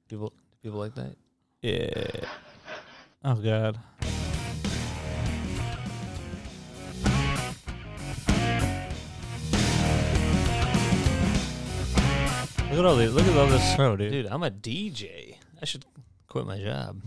[SPEAKER 1] People, people like that.
[SPEAKER 2] Yeah. Oh god. Look at all these. Look at all this snow, dude.
[SPEAKER 1] Dude, I'm a DJ. I should quit my job.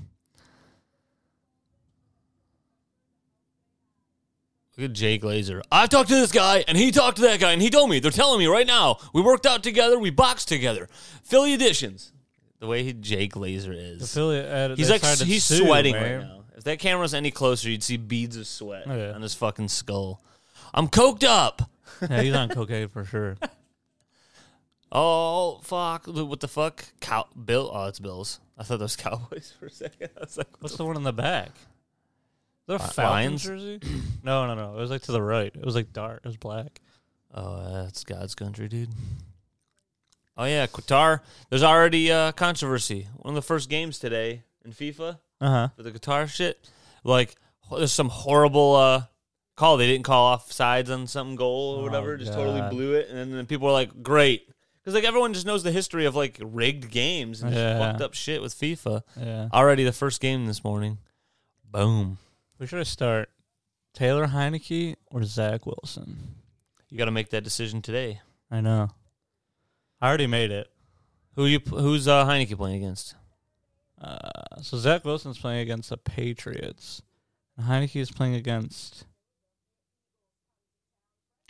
[SPEAKER 1] Look at Jake Glazer. I've talked to this guy, and he talked to that guy, and he told me. They're telling me right now. We worked out together. We boxed together. Philly editions. The way he, Jake Glazer
[SPEAKER 2] The
[SPEAKER 1] is.
[SPEAKER 2] Philly added-
[SPEAKER 1] He's
[SPEAKER 2] they
[SPEAKER 1] like,
[SPEAKER 2] started to
[SPEAKER 1] he's
[SPEAKER 2] sue,
[SPEAKER 1] sweating
[SPEAKER 2] man.
[SPEAKER 1] right now. If that camera's any closer, you'd see beads of sweat
[SPEAKER 2] Oh, yeah.
[SPEAKER 1] on his fucking skull. I'm coked up.
[SPEAKER 2] yeah, he's on cocaine for sure.
[SPEAKER 1] Oh fuck! What the fuck? Cow Bill? Oh, it's Bills. I thought that was Cowboys *laughs* for a second. I was like,
[SPEAKER 2] What's the one in the back? Is that a
[SPEAKER 1] Li-
[SPEAKER 2] Falcons
[SPEAKER 1] Lions?
[SPEAKER 2] jersey? No, no, no. It was like to the right. It was like dark. It was black.
[SPEAKER 1] Oh, that's God's country, dude. Oh yeah, Qatar. There's already uh, controversy. One of the first games today in FIFA
[SPEAKER 2] Uh huh.
[SPEAKER 1] for the Qatar shit. Like, ho- there's some horrible uh, call. They didn't call off sides on some goal or whatever. just totally
[SPEAKER 2] Oh, God.
[SPEAKER 1] blew it, and then, people were like, "Great," because like everyone just knows the history of like rigged games and
[SPEAKER 2] Yeah.
[SPEAKER 1] just fucked up shit with FIFA.
[SPEAKER 2] Yeah.
[SPEAKER 1] Already the first game this morning. Boom.
[SPEAKER 2] We should start Taylor Heineke or Zach Wilson.
[SPEAKER 1] You got to make that decision today.
[SPEAKER 2] I know. I already made it.
[SPEAKER 1] Who you? Who's uh, Heineke playing against?
[SPEAKER 2] Uh, so Zach Wilson's playing against the Patriots. And Heineke is playing against.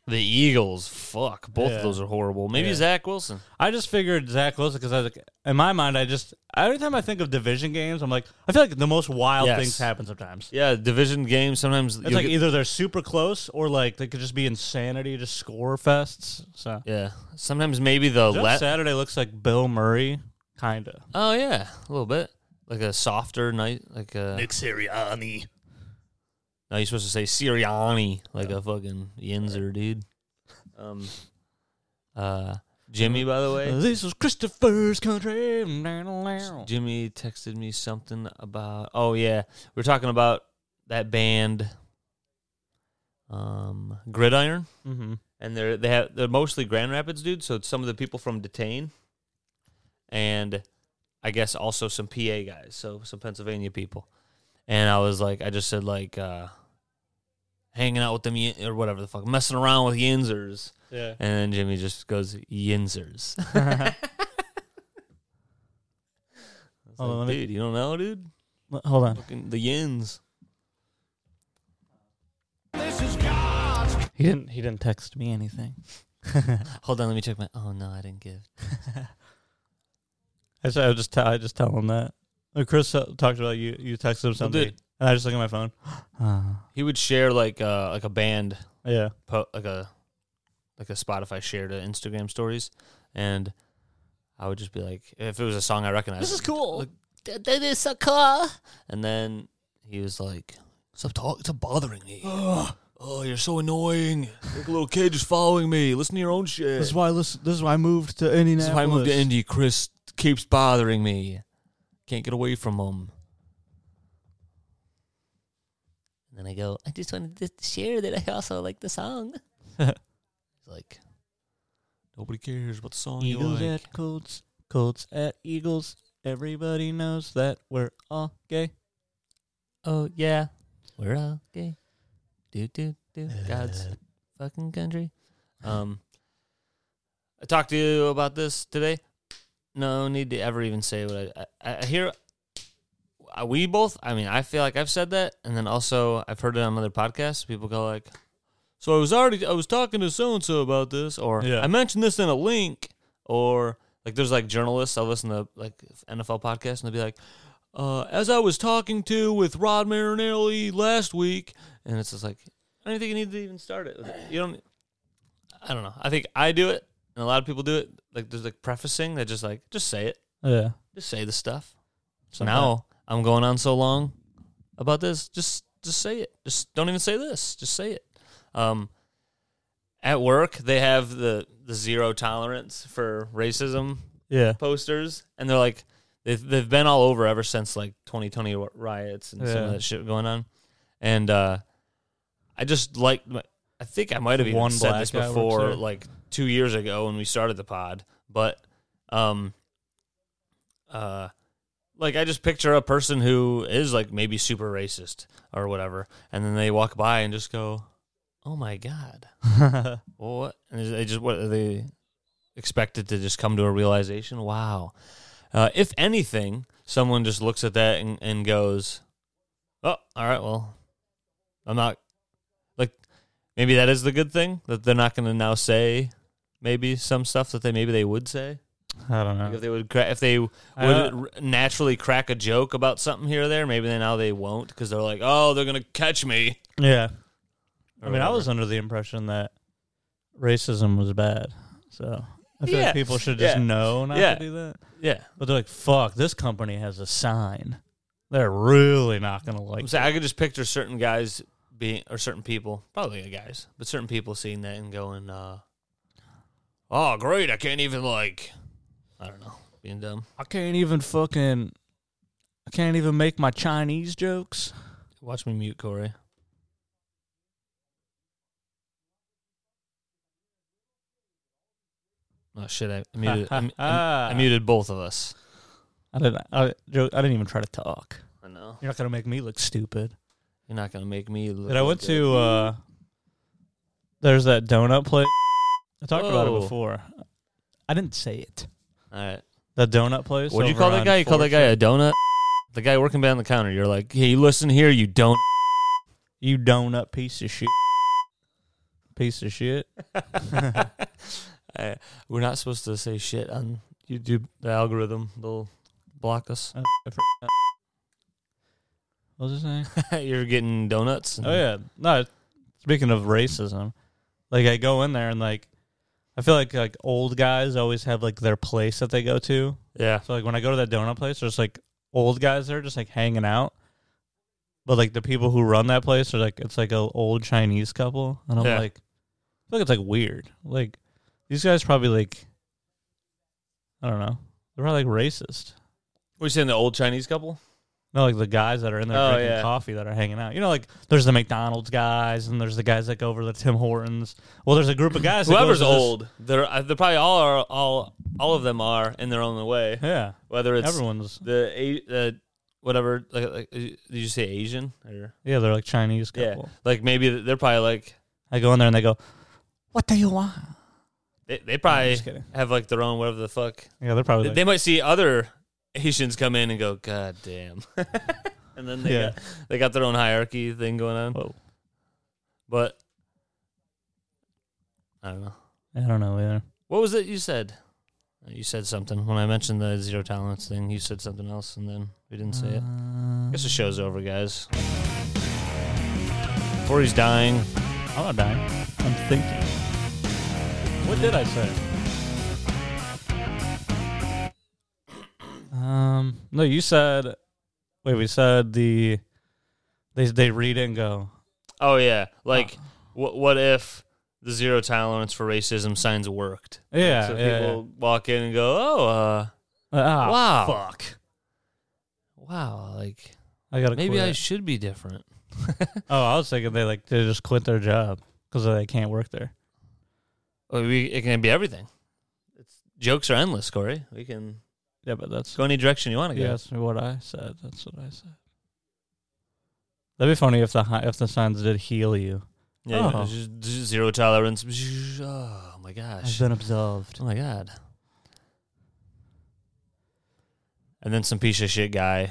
[SPEAKER 1] The Eagles. Fuck. Both
[SPEAKER 2] Yeah.
[SPEAKER 1] of those are horrible. Maybe
[SPEAKER 2] Yeah.
[SPEAKER 1] Zach Wilson.
[SPEAKER 2] I just figured Zach Wilson because I was like, in my mind, I just every time I think of division games, I'm like, I feel like the most wild
[SPEAKER 1] Yes.
[SPEAKER 2] things happen sometimes.
[SPEAKER 1] Yeah, division games. Sometimes
[SPEAKER 2] It's
[SPEAKER 1] you'll
[SPEAKER 2] like
[SPEAKER 1] get-
[SPEAKER 2] either they're super close or like they could just be insanity, just score fests. So
[SPEAKER 1] yeah. Sometimes maybe the
[SPEAKER 2] Jeff
[SPEAKER 1] left.
[SPEAKER 2] Saturday looks like Bill Murray, kinda.
[SPEAKER 1] Oh yeah, a little bit. Like a softer night. Like a.
[SPEAKER 4] Nick Sirianni.
[SPEAKER 1] No, you're supposed to say Sirianni, like a fucking Yinzer dude. Um. Uh, Jimmy, by the
[SPEAKER 2] *laughs*
[SPEAKER 1] way.
[SPEAKER 2] This is Christopher's country.
[SPEAKER 1] Mm-hmm.
[SPEAKER 2] Oh.
[SPEAKER 1] Jimmy texted me something about oh yeah, we were talking about that band um Gridiron
[SPEAKER 2] Mm-hmm.
[SPEAKER 1] and they're they have they're mostly Grand Rapids dudes, so it's some of the people from Detain and I guess also some PA guys, so some Pennsylvania people. And I was like I just said like uh hanging out with them Yin- or whatever the fuck, messing around with Yinzers.
[SPEAKER 2] Yeah.
[SPEAKER 1] And then Jimmy just goes *laughs* Yinzers. I was
[SPEAKER 2] Hold on,
[SPEAKER 1] like,
[SPEAKER 2] let me-
[SPEAKER 1] dude, you don't know, dude?
[SPEAKER 2] L- Hold on.
[SPEAKER 1] Fucking the yins.
[SPEAKER 2] He didn't. He didn't text me anything.
[SPEAKER 1] Hold on, let me check my. Oh no, I didn't give.
[SPEAKER 2] I said I would just tell. I just tell him that. Like, Chris uh, talked about you. You texted him something,
[SPEAKER 1] dude.
[SPEAKER 2] and I just look at my phone. *gasps* Uh,
[SPEAKER 1] He would share like uh like a band
[SPEAKER 2] yeah.
[SPEAKER 1] po- like a like a Spotify share to Instagram stories, and I would just be like, if it was a song I recognized,
[SPEAKER 3] This is cool.
[SPEAKER 1] Like,
[SPEAKER 3] Th- th- This is a car.
[SPEAKER 1] *gasps* and then he was like, "Stop talking, stop bothering me." "Oh, you're so annoying! Like a little kid just following me. Listen to your own shit."
[SPEAKER 2] This is why I listen, this is why I moved to Indianapolis.
[SPEAKER 1] This is why I moved to Indy. Chris keeps bothering me. Can't get away from him.
[SPEAKER 3] And then I go, I just wanted to share that I also like the *laughs* song.
[SPEAKER 1] It's like nobody cares what song you
[SPEAKER 2] Eagles
[SPEAKER 1] like.
[SPEAKER 2] at Colts, Colts at Eagles. Everybody knows that we're all gay.
[SPEAKER 3] Oh yeah, Uh, we're all gay. Do do do. God's fucking country.
[SPEAKER 1] Um, I talked to you about this today. No need to ever even say what I, I, I hear. uh, We both. I mean, I feel like I've said that, and then also I've heard it on other podcasts. People go like, "So I was already I was talking to so and so about this," or
[SPEAKER 2] Yeah.
[SPEAKER 1] "I mentioned this in a link," or like there's like journalists. I listen to like NFL podcasts, and they'll be like, uh, "As I was talking to with Rod Marinelli last week," and it's just like, I don't think you need to even start it. with it. You don't. I don't know. I think I do it, and a lot of people do it. Like there's like prefacing that just like just say it,
[SPEAKER 2] Yeah. *laughs*
[SPEAKER 1] just say the stuff. So
[SPEAKER 2] Something.
[SPEAKER 1] now I'm going on so long about this. Just just say it. Just don't even say this. Just say it. Um, at work they have the the zero tolerance for racism
[SPEAKER 2] Yeah.
[SPEAKER 1] posters, and they're like they've they've been all over ever since like 2020 ri- riots and some
[SPEAKER 2] Yeah.
[SPEAKER 1] of that shit going on, and uh, I just like I think I might have even
[SPEAKER 2] One
[SPEAKER 1] said
[SPEAKER 2] black
[SPEAKER 1] this
[SPEAKER 2] guy works
[SPEAKER 1] before
[SPEAKER 2] there.
[SPEAKER 1] like two years ago when we started the pod, but um, uh, like I just picture a person who is like maybe super racist or whatever, and then they walk by and just go, "Oh my god."
[SPEAKER 2] *laughs*
[SPEAKER 1] What? And is- they just what are they expected to just come to a realization? Wow. Uh, if anything, someone just looks at that and, and goes, "Oh, all right. Well, I'm not like maybe that is the good thing that they're not going to now say maybe some stuff that they maybe they would say
[SPEAKER 2] I don't
[SPEAKER 1] Like,
[SPEAKER 2] know.
[SPEAKER 1] if they would cra- if they would
[SPEAKER 2] Uh-huh. I don't-
[SPEAKER 1] r- naturally crack a joke about something here or there. Maybe they, now they won't because they're like, "Oh, they're going to catch me."
[SPEAKER 2] Yeah. I
[SPEAKER 1] or
[SPEAKER 2] mean, I
[SPEAKER 1] whatever.
[SPEAKER 2] was under the impression that racism was bad, so I feel
[SPEAKER 1] Yeah.
[SPEAKER 2] like people should just
[SPEAKER 1] Yeah.
[SPEAKER 2] know not
[SPEAKER 1] Yeah.
[SPEAKER 2] to do that.
[SPEAKER 1] yeah.
[SPEAKER 2] But they're like, "Fuck, this company has a sign. They're really not gonna
[SPEAKER 1] I'm
[SPEAKER 2] like."
[SPEAKER 1] saying I could just picture certain guys being, or certain people, probably guys, but certain people seeing that and going, uh, "Oh, great! I can't even like, I don't know, being dumb.
[SPEAKER 2] I can't even fucking. I can't even make my Chinese *laughs* jokes.
[SPEAKER 1] Watch me mute, Corey. Oh shit! I
[SPEAKER 2] *laughs*
[SPEAKER 1] muted. I, mu- I, I muted both of us.
[SPEAKER 2] I didn't. I, joke, I didn't even try to talk.
[SPEAKER 1] I know
[SPEAKER 2] You're not gonna make me look stupid.
[SPEAKER 1] you're not gonna make me. Look
[SPEAKER 2] And I went
[SPEAKER 1] like
[SPEAKER 2] to. uh There's that donut place. I talked about
[SPEAKER 1] Whoa.
[SPEAKER 2] it before. I didn't say it.
[SPEAKER 1] a- All right.
[SPEAKER 2] The donut place.
[SPEAKER 1] What do you
[SPEAKER 2] over
[SPEAKER 1] call that
[SPEAKER 2] on
[SPEAKER 1] guy? You call that guy
[SPEAKER 2] 4chan.
[SPEAKER 1] a donut? The guy working behind the counter. You're like, hey, you listen here, you don't.
[SPEAKER 2] You donut piece of shit. Piece of shit.
[SPEAKER 1] I- *laughs* we're not supposed to say shit on YouTube. The algorithm they'll block us. *laughs*
[SPEAKER 2] Uh, what was I saying?
[SPEAKER 1] You're getting donuts. and-
[SPEAKER 2] Oh yeah. No. Speaking of racism, like I go in there and like, I feel like like old guys always have like their place that they go to.
[SPEAKER 1] yeah.
[SPEAKER 2] So like when I go to that donut place, there's like old guys there just like hanging out. But like the people who run that place are like it's like a old Chinese couple, and I'm
[SPEAKER 1] Yeah.
[SPEAKER 2] like, I feel like it's like weird. Like these guys probably like, I don't know, they're probably like racist.
[SPEAKER 1] What you saying? The old Chinese couple?
[SPEAKER 2] No, like the guys that are in there
[SPEAKER 1] Oh,
[SPEAKER 2] drinking
[SPEAKER 1] yeah.
[SPEAKER 2] coffee that are hanging out. You know, like there's the McDonald's guys, and there's the guys that go over to Tim Hortons. Well, there's a
[SPEAKER 1] *laughs*
[SPEAKER 2] group of guys. that goes
[SPEAKER 1] Whoever's
[SPEAKER 2] to this-
[SPEAKER 1] old, they're uh, they probably all are all all of them are in their own way.
[SPEAKER 2] yeah,
[SPEAKER 1] Whether it's
[SPEAKER 2] everyone's
[SPEAKER 1] the a the whatever like, like uh, did you say Asian or
[SPEAKER 2] yeah, they're like Chinese
[SPEAKER 1] yeah
[SPEAKER 2] couple.
[SPEAKER 1] like maybe they're probably like
[SPEAKER 2] I go in there and they go, "What do you want?"
[SPEAKER 1] they, they
[SPEAKER 2] I'm
[SPEAKER 1] probably
[SPEAKER 2] just kidding.
[SPEAKER 1] have like their own whatever the fuck
[SPEAKER 2] Yeah, they're probably
[SPEAKER 1] They-
[SPEAKER 2] like,
[SPEAKER 1] they might see other Haitians come in and go, God damn. *laughs* and then they
[SPEAKER 2] Yeah.
[SPEAKER 1] got they got their own hierarchy thing going on.
[SPEAKER 2] Whoa.
[SPEAKER 1] But I don't know.
[SPEAKER 2] I don't know either.
[SPEAKER 1] What was it you said? You said something when I mentioned the zero tolerance thing. You said something else, and then we didn't say it. I guess the show's over, guys. Corey's dying.
[SPEAKER 2] I'm not dying. I'm thinking. What did I say? Um. No, you said. Wait, we said the. They they read it and go.
[SPEAKER 1] Oh yeah, like what what if the zero tolerance for racism signs worked?
[SPEAKER 2] Yeah,
[SPEAKER 1] so
[SPEAKER 2] yeah,
[SPEAKER 1] people walk in and go, "Oh, uh,
[SPEAKER 2] Ah,
[SPEAKER 1] wow,
[SPEAKER 4] Fuck.
[SPEAKER 1] wow, like
[SPEAKER 2] I gotta
[SPEAKER 1] maybe
[SPEAKER 2] quit.
[SPEAKER 1] I should be different."
[SPEAKER 2] oh, I was thinking they like they just quit their job because they can't work there.
[SPEAKER 1] Or we, it can be everything. It's jokes are endless, Corey. We can
[SPEAKER 2] Yeah, but that's
[SPEAKER 1] go any direction you want to go.
[SPEAKER 2] yeah, that's what I said. That's what I said. That'd be funny if the hi- if the signs did heal you.
[SPEAKER 1] Yeah, you know,
[SPEAKER 2] Oh.
[SPEAKER 1] z- z- zero tolerance. Oh my gosh.
[SPEAKER 2] been absolved.
[SPEAKER 1] Oh my god. And then some piece of shit guy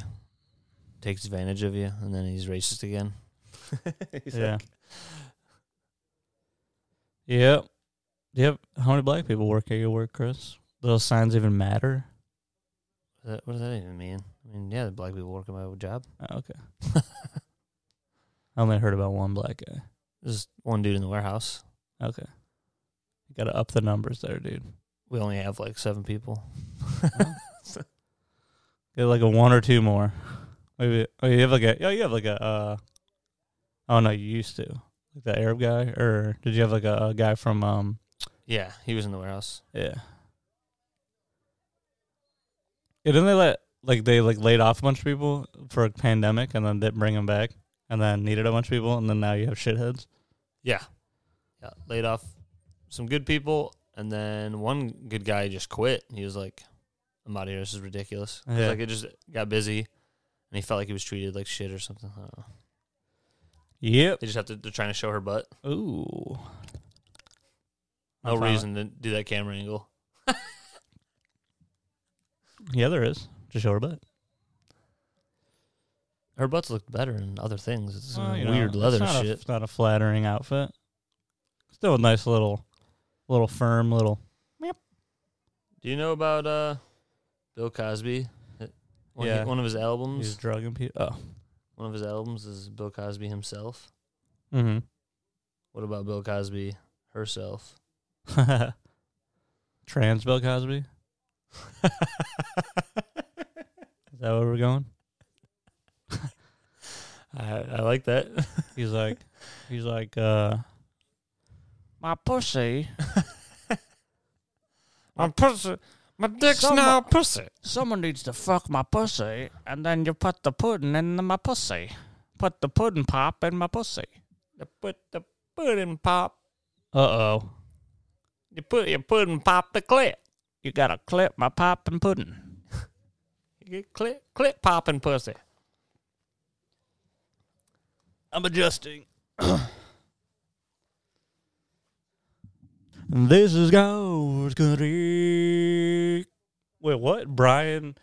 [SPEAKER 1] takes advantage of you, and then he's racist again. *laughs* He's
[SPEAKER 2] Yeah.
[SPEAKER 1] like,
[SPEAKER 2] Yep. Yep. How many black people work at your work, Chris? Those signs even matter?
[SPEAKER 1] "What that- what does that even mean? I mean, yeah, the black people work at my job.
[SPEAKER 2] Oh, *laughs* okay. I only heard about one black guy.
[SPEAKER 1] There's one dude in the warehouse.
[SPEAKER 2] Okay. You gotta up the numbers there, dude.
[SPEAKER 1] We only have like seven people.
[SPEAKER 2] Get like a one or two more. Maybe oh you have like a oh you have like a uh oh no you used to like the Arab guy or did you have like a, a guy from um
[SPEAKER 1] Yeah, he was in the warehouse.
[SPEAKER 2] yeah yeah didn't they let like they like laid off a bunch of people for a pandemic and then didn't bring them back and then needed a bunch of people and then now you have shitheads
[SPEAKER 1] Yeah. Yeah. Laid off some good people, and then one good guy just quit. He was like, I'm out of here. This is ridiculous. 'Cause,
[SPEAKER 2] Yeah.
[SPEAKER 1] Like, it just got busy, and he felt like he was treated like shit or something. I don't know.
[SPEAKER 2] yep
[SPEAKER 1] They just have to, they're trying to show her butt.
[SPEAKER 2] ooh
[SPEAKER 1] No
[SPEAKER 2] I found-
[SPEAKER 1] reason to do that camera angle.
[SPEAKER 2] yeah there is just show her butt
[SPEAKER 1] Her butts looked better in other things. It's some
[SPEAKER 2] Well, you know,
[SPEAKER 1] weird leather
[SPEAKER 2] it's not a-
[SPEAKER 1] shit.
[SPEAKER 2] it's not a flattering outfit. Still a nice little, little firm little.
[SPEAKER 1] do you know about uh, Bill Cosby? One,
[SPEAKER 2] Yeah.
[SPEAKER 1] one of his albums.
[SPEAKER 2] He's drugging people. Oh,
[SPEAKER 1] One of his albums is Bill Cosby himself.
[SPEAKER 2] mm-hmm.
[SPEAKER 1] What about Bill Cosby herself?
[SPEAKER 2] *laughs* trans Bill
[SPEAKER 1] *laughs*
[SPEAKER 2] Cosby. Is that where we're going?
[SPEAKER 1] I, I like that.
[SPEAKER 2] *laughs* He's like, he's like, uh, my *laughs* pussy.
[SPEAKER 1] My pussy, my dick's
[SPEAKER 2] Some- now
[SPEAKER 1] pussy.
[SPEAKER 2] Someone needs to fuck my pussy, and then you put the pudding in my pussy. Put the pudding pop in my pussy.
[SPEAKER 1] You put the pudding pop.
[SPEAKER 2] Uh oh.
[SPEAKER 1] You put your pudding pop the clip.
[SPEAKER 2] You gotta clip my pop and pudding.
[SPEAKER 1] *laughs* You get clip, clip popping pussy.
[SPEAKER 2] I'm adjusting. this is Ghost Country. Wait, what? Brian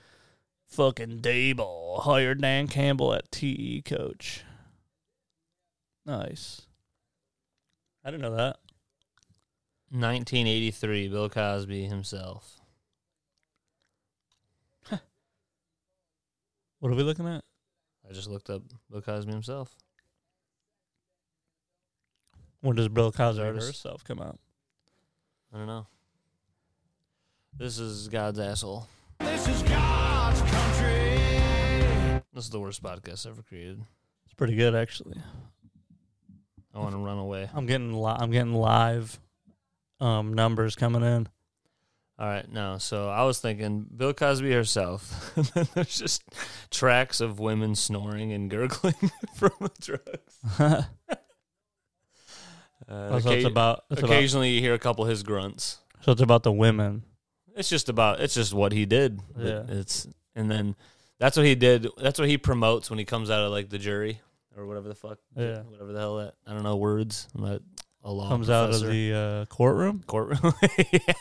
[SPEAKER 2] fucking Dable hired Dan Campbell at TE coach. Nice. I didn't know that.
[SPEAKER 1] 1983, Bill Cosby himself.
[SPEAKER 2] What are we looking at?
[SPEAKER 1] I just looked up Bill Cosby himself.
[SPEAKER 2] When does Bill Cosby
[SPEAKER 1] Artist.
[SPEAKER 2] herself come out?
[SPEAKER 1] I don't know. This is God's asshole. This is God's country. This is the worst podcast ever created.
[SPEAKER 2] It's pretty good, actually.
[SPEAKER 1] I want to run away.
[SPEAKER 2] I'm getting li- I'm getting live um, numbers coming in.
[SPEAKER 1] All right, no. So I was thinking Bill Cosby herself. *laughs* There's just tracks of women snoring and gurgling *laughs* from the
[SPEAKER 2] *laughs*
[SPEAKER 1] drugs. Uh,
[SPEAKER 2] so
[SPEAKER 1] occa-
[SPEAKER 2] it's about it's about
[SPEAKER 1] occasionally, you hear a couple of his grunts.
[SPEAKER 2] So it's about the women.
[SPEAKER 1] It's just about it's just what he did.
[SPEAKER 2] Yeah.
[SPEAKER 1] It's and then that's what he did. That's what he promotes when he comes out of like the jury or whatever the fuck.
[SPEAKER 2] Yeah.
[SPEAKER 1] Whatever the hell that I don't know words. I'm not a law
[SPEAKER 2] Comes out of
[SPEAKER 1] professor.
[SPEAKER 2] the uh, courtroom.
[SPEAKER 1] courtroom. *laughs* Yeah.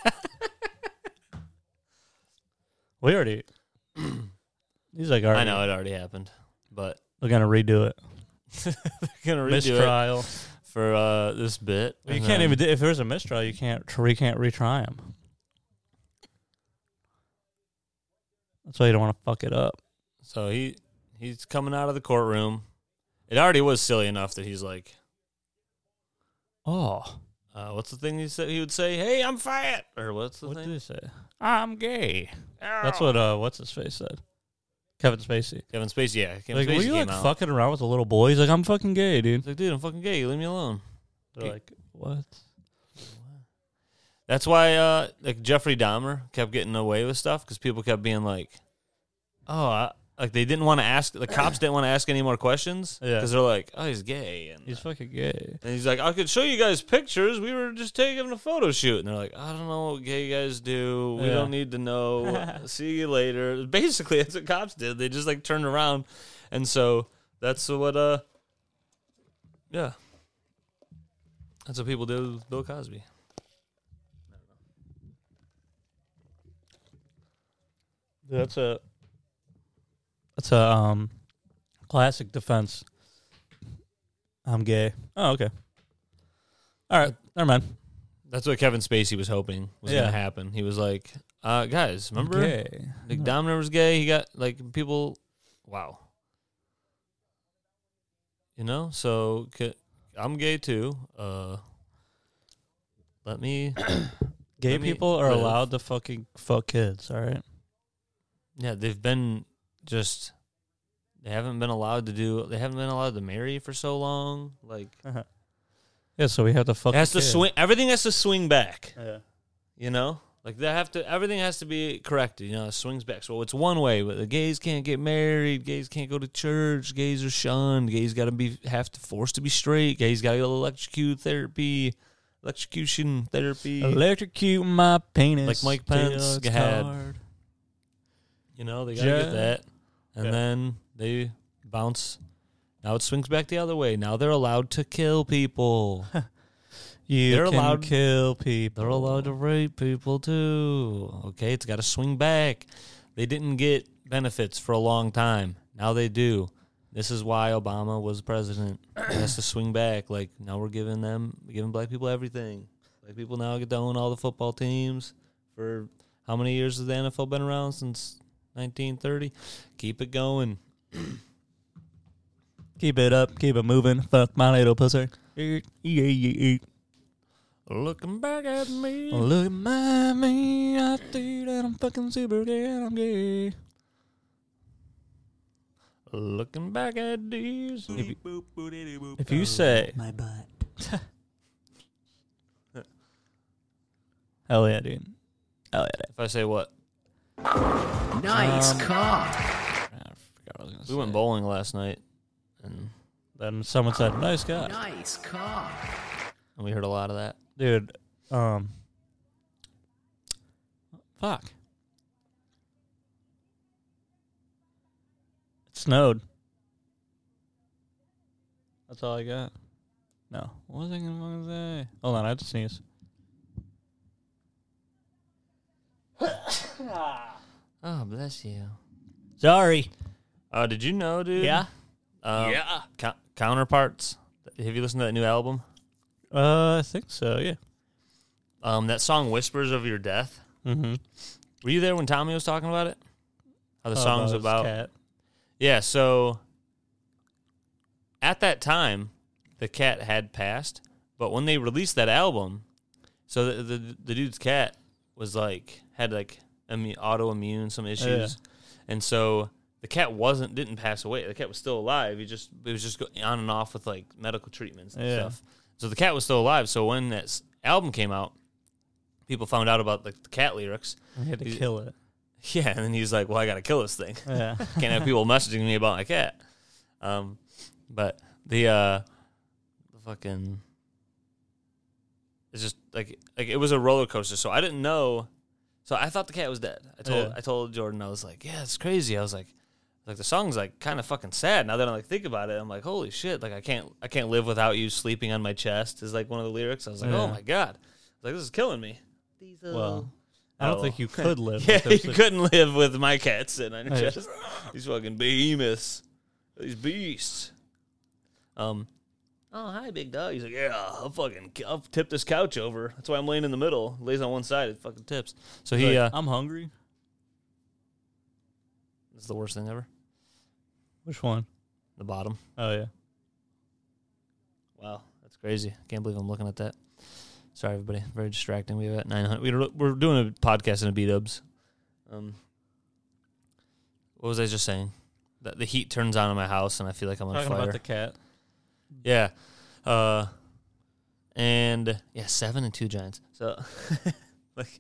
[SPEAKER 2] We already. *clears throat* He's like, all right,
[SPEAKER 1] I know it already happened, but
[SPEAKER 2] we're gonna redo it.
[SPEAKER 1] they're gonna redo it
[SPEAKER 2] mistrial.
[SPEAKER 1] for uh, this bit.
[SPEAKER 2] Well, you
[SPEAKER 1] and
[SPEAKER 2] can't
[SPEAKER 1] then-
[SPEAKER 2] even do, if there's a mistrial, you can't tr- we can't retry him. That's why you don't want to fuck it up.
[SPEAKER 1] So he he's coming out of the courtroom. It already was silly enough that he's like,
[SPEAKER 2] Oh,
[SPEAKER 1] uh, "What's the thing he said?" He would say, "Hey, I'm fat," or "What's the
[SPEAKER 2] what
[SPEAKER 1] thing?"
[SPEAKER 2] did he say? I'm gay. That's what uh, what's his face said. Kevin Spacey.
[SPEAKER 1] Kevin Spacey. Yeah, Kevin
[SPEAKER 2] like,
[SPEAKER 1] Spacey
[SPEAKER 2] were you
[SPEAKER 1] came
[SPEAKER 2] like
[SPEAKER 1] out.
[SPEAKER 2] fucking around with a little boy? He's like, I'm fucking gay, dude.
[SPEAKER 1] He's like, dude, I'm fucking gay. Leave me alone. They're like,
[SPEAKER 2] What?
[SPEAKER 1] That's why, uh, like Jeffrey Dahmer kept getting away with stuff because people kept being like, "Oh, I, like they didn't want to ask the cops didn't want to ask any more questions
[SPEAKER 2] Yeah.
[SPEAKER 1] because they're like, oh, he's gay." And,
[SPEAKER 2] He's fucking gay.
[SPEAKER 1] and he's like, "I could show you guys pictures. We were just taking a photo shoot." And they're like, "I don't know what gay guys do. We
[SPEAKER 2] Yeah.
[SPEAKER 1] don't need to
[SPEAKER 2] *laughs*
[SPEAKER 1] know. See you later." Basically, that's what cops did. They just like turned around, and so that's what, uh, yeah, that's what people did with Bill Cosby.
[SPEAKER 2] That's a that's a um classic defense. I'm gay. Oh, okay. All right, never mind.
[SPEAKER 1] That's what Kevin Spacey was hoping was
[SPEAKER 2] Yeah.
[SPEAKER 1] going to happen. He was like, uh, guys,
[SPEAKER 2] I'm
[SPEAKER 1] remember?
[SPEAKER 2] gay.
[SPEAKER 1] Like, Domino was gay. He got, like, people, wow. You know? So, ca- I'm gay too. Uh, let me,
[SPEAKER 2] Gay
[SPEAKER 1] let me
[SPEAKER 2] people are
[SPEAKER 1] live.
[SPEAKER 2] allowed to fucking fuck kids. All right.
[SPEAKER 1] yeah, they've been just, they haven't been allowed to do, they haven't been allowed to marry for so long. Like,
[SPEAKER 2] Yeah. So we have to fuck.
[SPEAKER 1] it has
[SPEAKER 2] the
[SPEAKER 1] to
[SPEAKER 2] kid.
[SPEAKER 1] swing, everything has to swing back.
[SPEAKER 2] Yeah.
[SPEAKER 1] You know, like they have to. Everything has to be corrected. You know, it swings back. So it's one way, but the gays can't get married. Gays can't go to church. Gays are shunned. Gays got to be have to force to be straight. Gays got to go to electrocute therapy, electrocution therapy.
[SPEAKER 2] Electrocute my penis.
[SPEAKER 1] Like Mike
[SPEAKER 2] till
[SPEAKER 1] Pence
[SPEAKER 2] it's
[SPEAKER 1] had.
[SPEAKER 2] hard.
[SPEAKER 1] you know, they got to
[SPEAKER 2] Yeah.
[SPEAKER 1] get that, and
[SPEAKER 2] Yeah.
[SPEAKER 1] then they bounce. Now it swings back the other way. Now they're allowed to kill
[SPEAKER 2] *laughs*
[SPEAKER 1] people.
[SPEAKER 2] You
[SPEAKER 1] They're
[SPEAKER 2] can
[SPEAKER 1] allowed-
[SPEAKER 2] kill people.
[SPEAKER 1] They're allowed to rape people too. Okay, it's got to swing back. They didn't get benefits for a long time. Now they do. This is why Obama was president. It has to swing back. Like now we're giving them, giving black people everything. Black people now get to own all the football teams. For how many years has the NFL been around since 1930? Keep it going.
[SPEAKER 2] Keep it up. Keep it moving. Fuck my little pussy. Eat, eat, eat, eat.
[SPEAKER 1] Looking back at me.
[SPEAKER 2] Look at my me. I think that I'm fucking super gay and I'm gay.
[SPEAKER 1] Looking back at these. If you-
[SPEAKER 2] If you say,
[SPEAKER 3] My butt.
[SPEAKER 2] hell yeah, dude. Hell yeah, dude.
[SPEAKER 1] if I say what?
[SPEAKER 5] Nice cock.
[SPEAKER 2] I
[SPEAKER 1] Ah,
[SPEAKER 2] forgot what I was going to
[SPEAKER 1] Um, We went bowling last night. And
[SPEAKER 2] Then someone said, nice guy.
[SPEAKER 5] Nice cock.
[SPEAKER 1] And we heard a lot of that.
[SPEAKER 2] Dude, um. Fuck. It snowed. That's all I got. No. What was I going to say? Hold on, I had to sneeze.
[SPEAKER 1] Oh, bless you.
[SPEAKER 2] Sorry.
[SPEAKER 1] Uh, did you know, dude?
[SPEAKER 2] Yeah.
[SPEAKER 1] Um, yeah. counterparts. Have you listened to that new album?
[SPEAKER 2] Uh, I think so, yeah.
[SPEAKER 1] Um, that song "Whispers of Your Death."
[SPEAKER 2] Mm-hmm.
[SPEAKER 1] Were you there when Tommy was talking about it? How the song's about?
[SPEAKER 2] Oh, *laughs* cat.
[SPEAKER 1] Yeah. So at that time, the cat had passed, but when they released that album, so the the, the dude's cat was like had like immu- autoimmune some issues, and so the cat wasn't didn't pass away. The cat was still alive. He just it was just go- on and off with like medical treatments and
[SPEAKER 2] Yeah.
[SPEAKER 1] stuff. So the cat was still alive. So when that s- album came out, people found out about like the cat lyrics. *laughs*
[SPEAKER 2] I had to
[SPEAKER 1] He-
[SPEAKER 2] kill it.
[SPEAKER 1] Yeah, and then he's like, "Well, I gotta kill this thing."
[SPEAKER 2] *laughs* Yeah.
[SPEAKER 1] can't have people messaging me about my cat. Um, but the uh, the fucking it's just like like it was a roller coaster. So I didn't know. So I thought the cat was dead. I told
[SPEAKER 2] Yeah.
[SPEAKER 1] I told Jordan I was like, yeah, it's crazy. I was like, like the song's like kind of fucking sad. Now that I like think about it, I'm like, holy shit! Like I can't I can't live without you sleeping on my chest is like one of the lyrics. I was like, oh
[SPEAKER 2] Yeah.
[SPEAKER 1] my god, I was like this is killing me.
[SPEAKER 3] Diesel.
[SPEAKER 2] well, I don't
[SPEAKER 1] Oh.
[SPEAKER 2] *laughs* think you could live.
[SPEAKER 1] Yeah,
[SPEAKER 2] with
[SPEAKER 1] you
[SPEAKER 2] those things.
[SPEAKER 1] couldn't live with my cats sitting
[SPEAKER 2] *laughs*
[SPEAKER 1] on your
[SPEAKER 2] Yeah.
[SPEAKER 1] chest. These fucking behemoths. These beasts. Um, oh, hi, big dog. He's like, yeah, I'll fucking, I'll tip this couch over. That's why I'm laying in the middle. Lays on one side, it fucking tips. So
[SPEAKER 2] Like,
[SPEAKER 1] he, uh,
[SPEAKER 2] I'm hungry.
[SPEAKER 1] it's the worst thing ever.
[SPEAKER 2] Which one?
[SPEAKER 1] The bottom.
[SPEAKER 2] Oh yeah.
[SPEAKER 1] Wow, that's crazy. Can't believe I'm looking at that. Sorry, everybody. Very distracting. We have at 900. we were- We're doing a podcast in a B-dubs. Um, what was I just saying? That the heat turns on in my house, and I feel like I'm on
[SPEAKER 2] Talking
[SPEAKER 1] fire.
[SPEAKER 2] about the cat.
[SPEAKER 1] Yeah. Uh, and yeah, seven and two Giants. So, *laughs* like,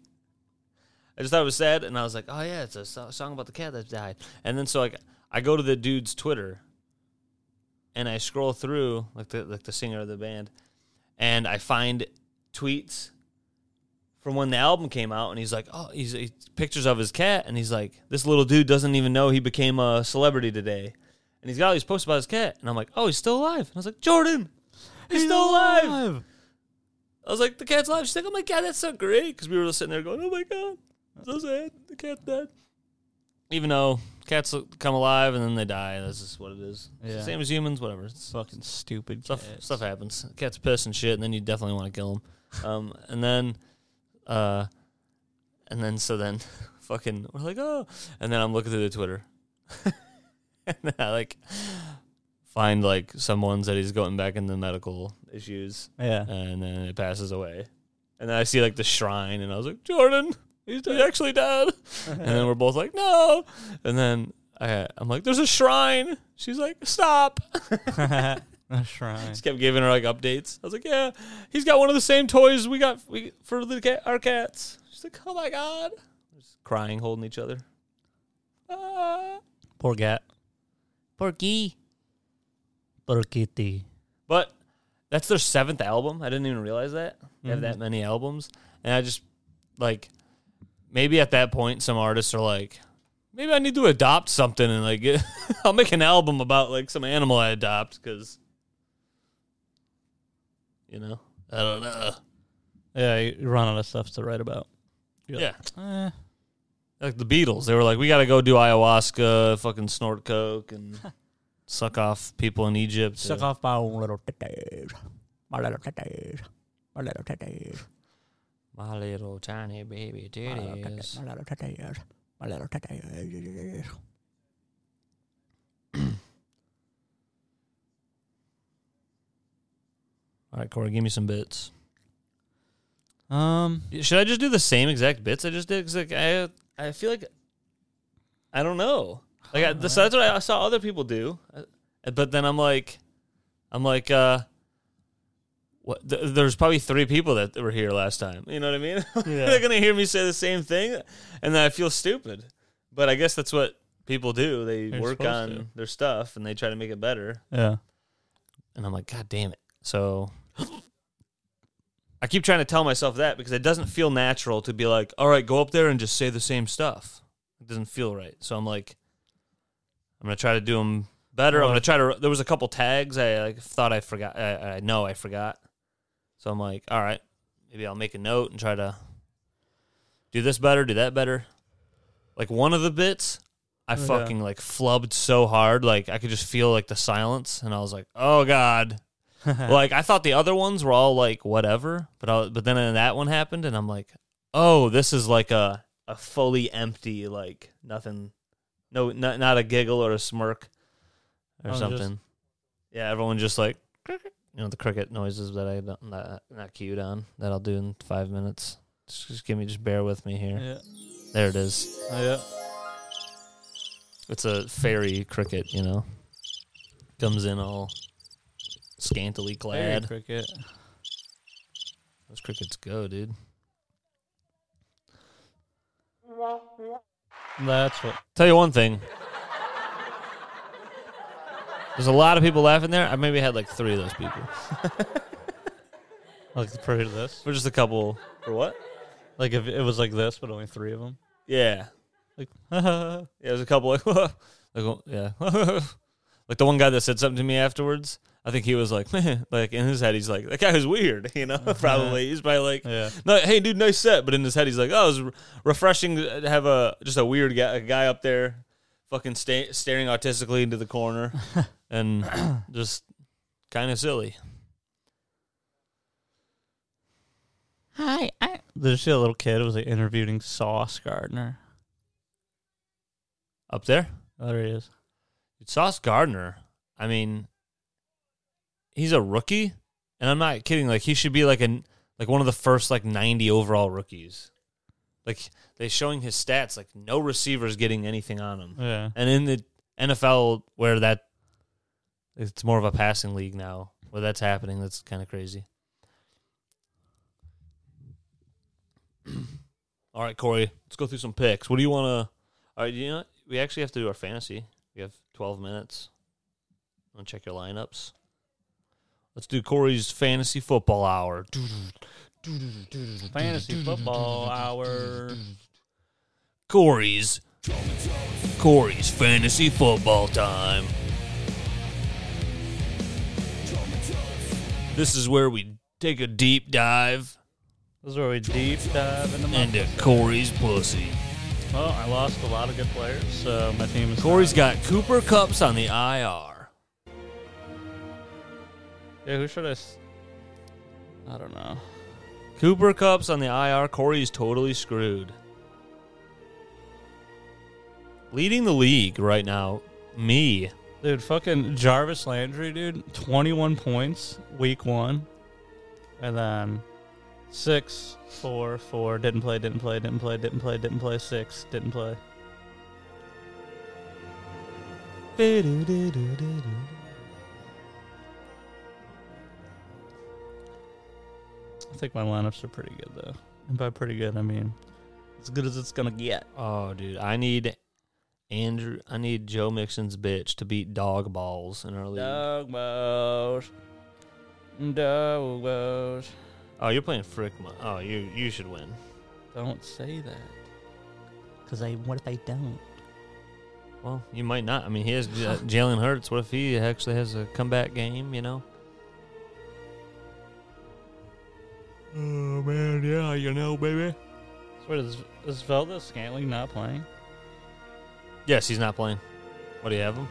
[SPEAKER 1] I just thought it was sad, and I was like, oh yeah, it's a so- song about the cat that died. And then so like, I go to the dude's Twitter, and I scroll through like the like the singer of the band, and I find tweets from when the album came out, and he's like, oh, he's, he's pictures of his cat, and he's like, this little dude doesn't even know he became a celebrity today. And he's got all these posts about his cat, and I'm like, "Oh, he's still alive!" And I was like, "Jordan, he's, still alive. I was like, the cat's alive. She's like, oh my god, that's so great. Because we were sitting there going, oh my god, so sad. The cat's dead. Even though cats come alive and then they die. That's just what it is. It's the
[SPEAKER 2] Yeah.
[SPEAKER 1] same as humans, whatever. It's,
[SPEAKER 2] Fucking stupid.
[SPEAKER 1] stuff
[SPEAKER 2] cats.
[SPEAKER 1] stuff happens. Cats piss and shit, and then you definitely want to kill them. Um, and then, uh, and then so then, *laughs* fucking, we're like, oh, and then I'm looking through the Twitter, *laughs* and then I like find like some ones that he's going back into medical issues
[SPEAKER 2] Yeah.
[SPEAKER 1] and then it passes away. And then I see like the shrine, and I was like, Jordan, he's he actually dead. and then we're both like, no. And then I, I'm like, there's a shrine. She's like, stop.
[SPEAKER 2] *laughs* A shrine.
[SPEAKER 1] Just kept giving her like updates. I was like, yeah, he's got one of the same toys we got we, for the cat, our cats. She's like, oh my god, just crying, holding each other. Ah.
[SPEAKER 4] Poor cat.
[SPEAKER 3] Porky.
[SPEAKER 4] Little kitty.
[SPEAKER 1] But that's their seventh album. I didn't even realize that they have
[SPEAKER 4] Mm-hmm.
[SPEAKER 1] that many albums. And I just like maybe at that point some artists are like, maybe I need to adopt something and like *laughs* get, I'll make an album about like some animal I adopt because you know I don't know.
[SPEAKER 2] Yeah, you you run out of stuff to write about. You're
[SPEAKER 1] Yeah,
[SPEAKER 2] like, eh.
[SPEAKER 1] like the Beatles, they were like, we got to go do ayahuasca, fucking snort coke,
[SPEAKER 2] *laughs*
[SPEAKER 1] and suck off people in Egypt.
[SPEAKER 2] Suck off my own little titties.
[SPEAKER 4] My little titties. My little titties.
[SPEAKER 1] My little tiny baby
[SPEAKER 4] My little titties.
[SPEAKER 1] titties.
[SPEAKER 4] My little titties. My little titties.
[SPEAKER 1] All right, Corey, give me some bits.
[SPEAKER 2] Um,
[SPEAKER 1] Should I just do the same exact bits I just did? 'Cause, like I, I feel like I don't know. Like I, this, that's what I saw other people do, Uh, but then I'm like, I'm like, uh, what? Th- there's probably three people that were here last time. You know what I mean? *laughs*
[SPEAKER 2] Mm-hmm. *laughs*
[SPEAKER 1] They're gonna hear me say the same thing, and then I feel stupid. But I guess that's what people do. They
[SPEAKER 2] You're
[SPEAKER 1] work
[SPEAKER 2] supposed
[SPEAKER 1] on
[SPEAKER 2] to.
[SPEAKER 1] their stuff and they try to make it better.
[SPEAKER 2] yeah. *laughs*
[SPEAKER 1] And I'm like, God damn it. So I keep trying to tell myself that because it doesn't feel natural to be like, all right, go up there and just say the same stuff. It doesn't feel right. So I'm like, I'm going to try to do them better. I'm going to try to. There was a couple tags I like, thought I forgot. I, I know I forgot. So I'm like, all right, maybe I'll make a note and try to do this better, do that better. Like one of the bits, I
[SPEAKER 2] Yeah.
[SPEAKER 1] fucking like flubbed so hard, like I could just feel like the silence, and I was like, "Oh god!" *laughs* like I thought the other ones were all like whatever, but I, but then uh, that one happened, and I'm like, "Oh, this is like a a fully empty, like nothing, no, not not a giggle or a smirk or
[SPEAKER 2] Oh, just-
[SPEAKER 1] something." yeah, everyone just like you know the cricket noises that I don't not, not cued on that I'll do in five minutes. Just, just give me, just bear with me here.
[SPEAKER 2] Yeah.
[SPEAKER 1] There it is.
[SPEAKER 2] Oh, yeah.
[SPEAKER 1] It's a fairy cricket, you know. Comes in all scantily
[SPEAKER 2] Fairy
[SPEAKER 1] clad.
[SPEAKER 2] cricket.
[SPEAKER 1] Those crickets go, dude.
[SPEAKER 2] That's what.
[SPEAKER 1] Tell you one thing. There's a lot of people laughing there. I maybe had like three of those people.
[SPEAKER 2] Like the proof of this.
[SPEAKER 1] We're just a couple. For what?
[SPEAKER 2] Like if it was like this, but only three of them.
[SPEAKER 1] Yeah.
[SPEAKER 2] Like, *laughs*
[SPEAKER 1] Yeah, there's a couple like, *laughs* like well, yeah, *laughs* like the one guy that said something to me afterwards. I think he was like, *laughs* man, like in his head, he's like, that guy was weird, *laughs* you know. probably he's probably like,
[SPEAKER 2] Uh-huh. Yeah.
[SPEAKER 1] no, hey, dude, nice set. But in his head, he's like, oh, it was re- refreshing to have a just a weird guy, a guy up there, fucking sta- staring artistically into the
[SPEAKER 2] *laughs*
[SPEAKER 1] corner, and just kind of silly.
[SPEAKER 3] Hi, I.
[SPEAKER 2] There's a little kid who was like interviewing Sauce Gardner.
[SPEAKER 1] Up there,
[SPEAKER 2] Oh, there he is.
[SPEAKER 1] Sauce Gardner. I mean, he's a rookie, and I'm not kidding. Like he should be like an like one of the first like 90 overall rookies. Like they showing his stats, like no receivers getting anything on him,
[SPEAKER 2] Yeah.
[SPEAKER 1] and in the NFL where that it's more of a passing league now, where that's happening, that's kind of crazy. All right, Corey, let's go through some picks. What do you want to? All right, you know what? we actually have to do our fantasy. We have twelve minutes. Want to check your lineups? Let's do Corey's fantasy football hour.
[SPEAKER 2] Fantasy football hour.
[SPEAKER 1] Corey's Corey's fantasy football time. This is where we take a deep dive
[SPEAKER 2] This is where we deep dive into my.
[SPEAKER 1] into Corey's pussy.
[SPEAKER 2] Well, I lost a lot of good players, so my team is.
[SPEAKER 1] Corey's got Cooper Cups on the IR.
[SPEAKER 2] Yeah, who should I? S- I don't know.
[SPEAKER 1] Cooper Cups on the IR. Corey's totally screwed. Leading the league right now, me.
[SPEAKER 2] Dude, fucking Jarvis Landry, dude, 21 points week one. And then six, four, four, didn't play, didn't play, didn't play, didn't play, didn't play, six, didn't play. I think my lineups are pretty good, though. And by pretty good, I mean as good as it's going to get.
[SPEAKER 1] Oh, dude, I need Andrew. I need Joe Mixon's bitch to beat dog balls in our league.
[SPEAKER 2] Dog balls. Dog balls.
[SPEAKER 1] Oh, you're playing Frickma. Oh, you you should win.
[SPEAKER 2] Don't say that.
[SPEAKER 3] Because I, what if I don't?
[SPEAKER 1] Well, you might not. I mean, he has J- Jalen Hurts. What if he actually has a comeback game? You know. Oh man, yeah, you know, baby.
[SPEAKER 2] So Wait, is, is Velda Scantling not playing?
[SPEAKER 1] Yes, he's not playing. What do you have him?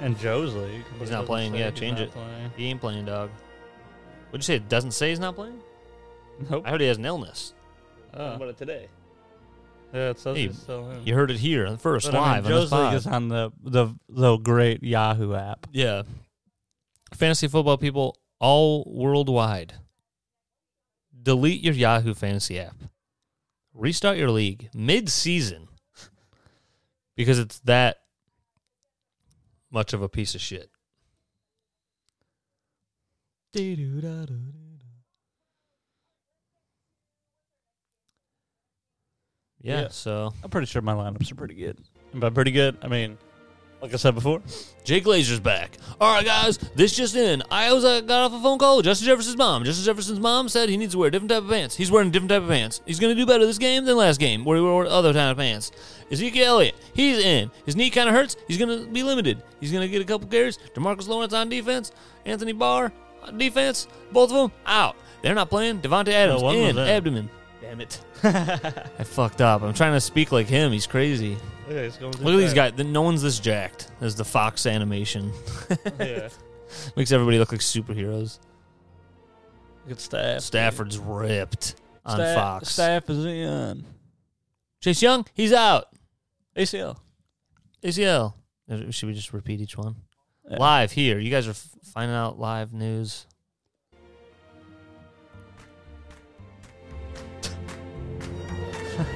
[SPEAKER 2] And Joe's league. but
[SPEAKER 1] He's
[SPEAKER 2] it
[SPEAKER 1] not
[SPEAKER 2] doesn't
[SPEAKER 1] playing,
[SPEAKER 2] say
[SPEAKER 1] yeah,
[SPEAKER 2] he's
[SPEAKER 1] change
[SPEAKER 2] not
[SPEAKER 1] it.
[SPEAKER 2] playing.
[SPEAKER 1] He ain't playing, dog. What'd you say? It doesn't say he's not playing.
[SPEAKER 2] Nope.
[SPEAKER 1] I heard he has an illness.
[SPEAKER 2] Oh.
[SPEAKER 1] it today?
[SPEAKER 2] Yeah, it says
[SPEAKER 1] Hey,
[SPEAKER 2] he's still in.
[SPEAKER 1] You heard it here on first
[SPEAKER 2] But, I mean,
[SPEAKER 1] live on
[SPEAKER 2] Joe's
[SPEAKER 1] the
[SPEAKER 2] league is on the, the the great Yahoo app.
[SPEAKER 1] Yeah. Fantasy football people all worldwide. Delete your Yahoo fantasy app. Restart your league mid season because it's that much of a piece of shit. Yeah,
[SPEAKER 2] Yeah.
[SPEAKER 1] so
[SPEAKER 2] I'm pretty sure my lineups are pretty good. And by pretty good, I mean, like I said before,
[SPEAKER 1] Jake Glazer's back. All right, guys, this just in. I was uh, got off a phone call with Justin Jefferson's mom. Justin Jefferson's mom said he needs to wear different type of pants. He's wearing different type of pants. He's going to do better this game than last game where he wore other kind of pants. Ezekiel Elliott, he's in. His knee kind of hurts. He's going to be limited. He's going to get a couple carries. Demarcus Lawrence on defense. Anthony Barr on defense. Both of them out. They're not playing. Devontae Adams
[SPEAKER 2] one was
[SPEAKER 1] in
[SPEAKER 2] in.
[SPEAKER 1] abdomen. Damn it. *laughs* I fucked up. I'm trying to speak like him. He's crazy.
[SPEAKER 2] yeah, he's going
[SPEAKER 1] Look at these guys. No one's this jacked as the Fox *laughs* animation.
[SPEAKER 2] Yeah,
[SPEAKER 1] Makes everybody look like superheroes.
[SPEAKER 2] good staff.
[SPEAKER 1] Stafford's ripped on
[SPEAKER 2] Sta-
[SPEAKER 1] Fox.
[SPEAKER 2] Staff is in
[SPEAKER 1] Chase Young, he's out.
[SPEAKER 2] ACL.
[SPEAKER 1] ACL. Uh, Should we just repeat each one?
[SPEAKER 2] Yeah.
[SPEAKER 1] Live here. You guys are f- finding out live news.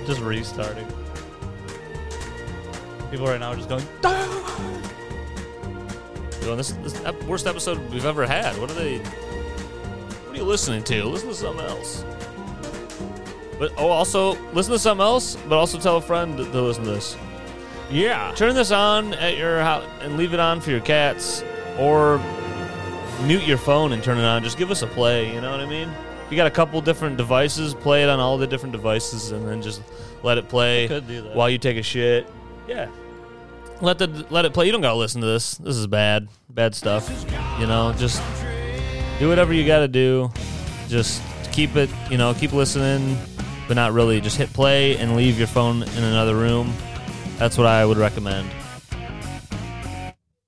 [SPEAKER 2] Just restarting. People right now are just going.
[SPEAKER 1] Doing this, this ep- worst episode we've ever had. What are they? What are you listening to? Listen to something else. But oh, also listen to something else. But also tell a friend to, to listen to this.
[SPEAKER 2] Yeah.
[SPEAKER 1] Turn this on at your house and leave it on for your cats, or mute your phone and turn it on. Just give us a play. You know what I mean? If you got a couple different devices, play it on all the different devices, and then just let it play
[SPEAKER 2] Could do that.
[SPEAKER 1] while you take a shit.
[SPEAKER 2] Yeah.
[SPEAKER 1] Let the let it play. You don't gotta listen to this. This is bad, bad stuff. You know, just do whatever you gotta do. Just keep it. You know, keep listening, but not really. Just hit play and leave your phone in another room. That's what I would recommend.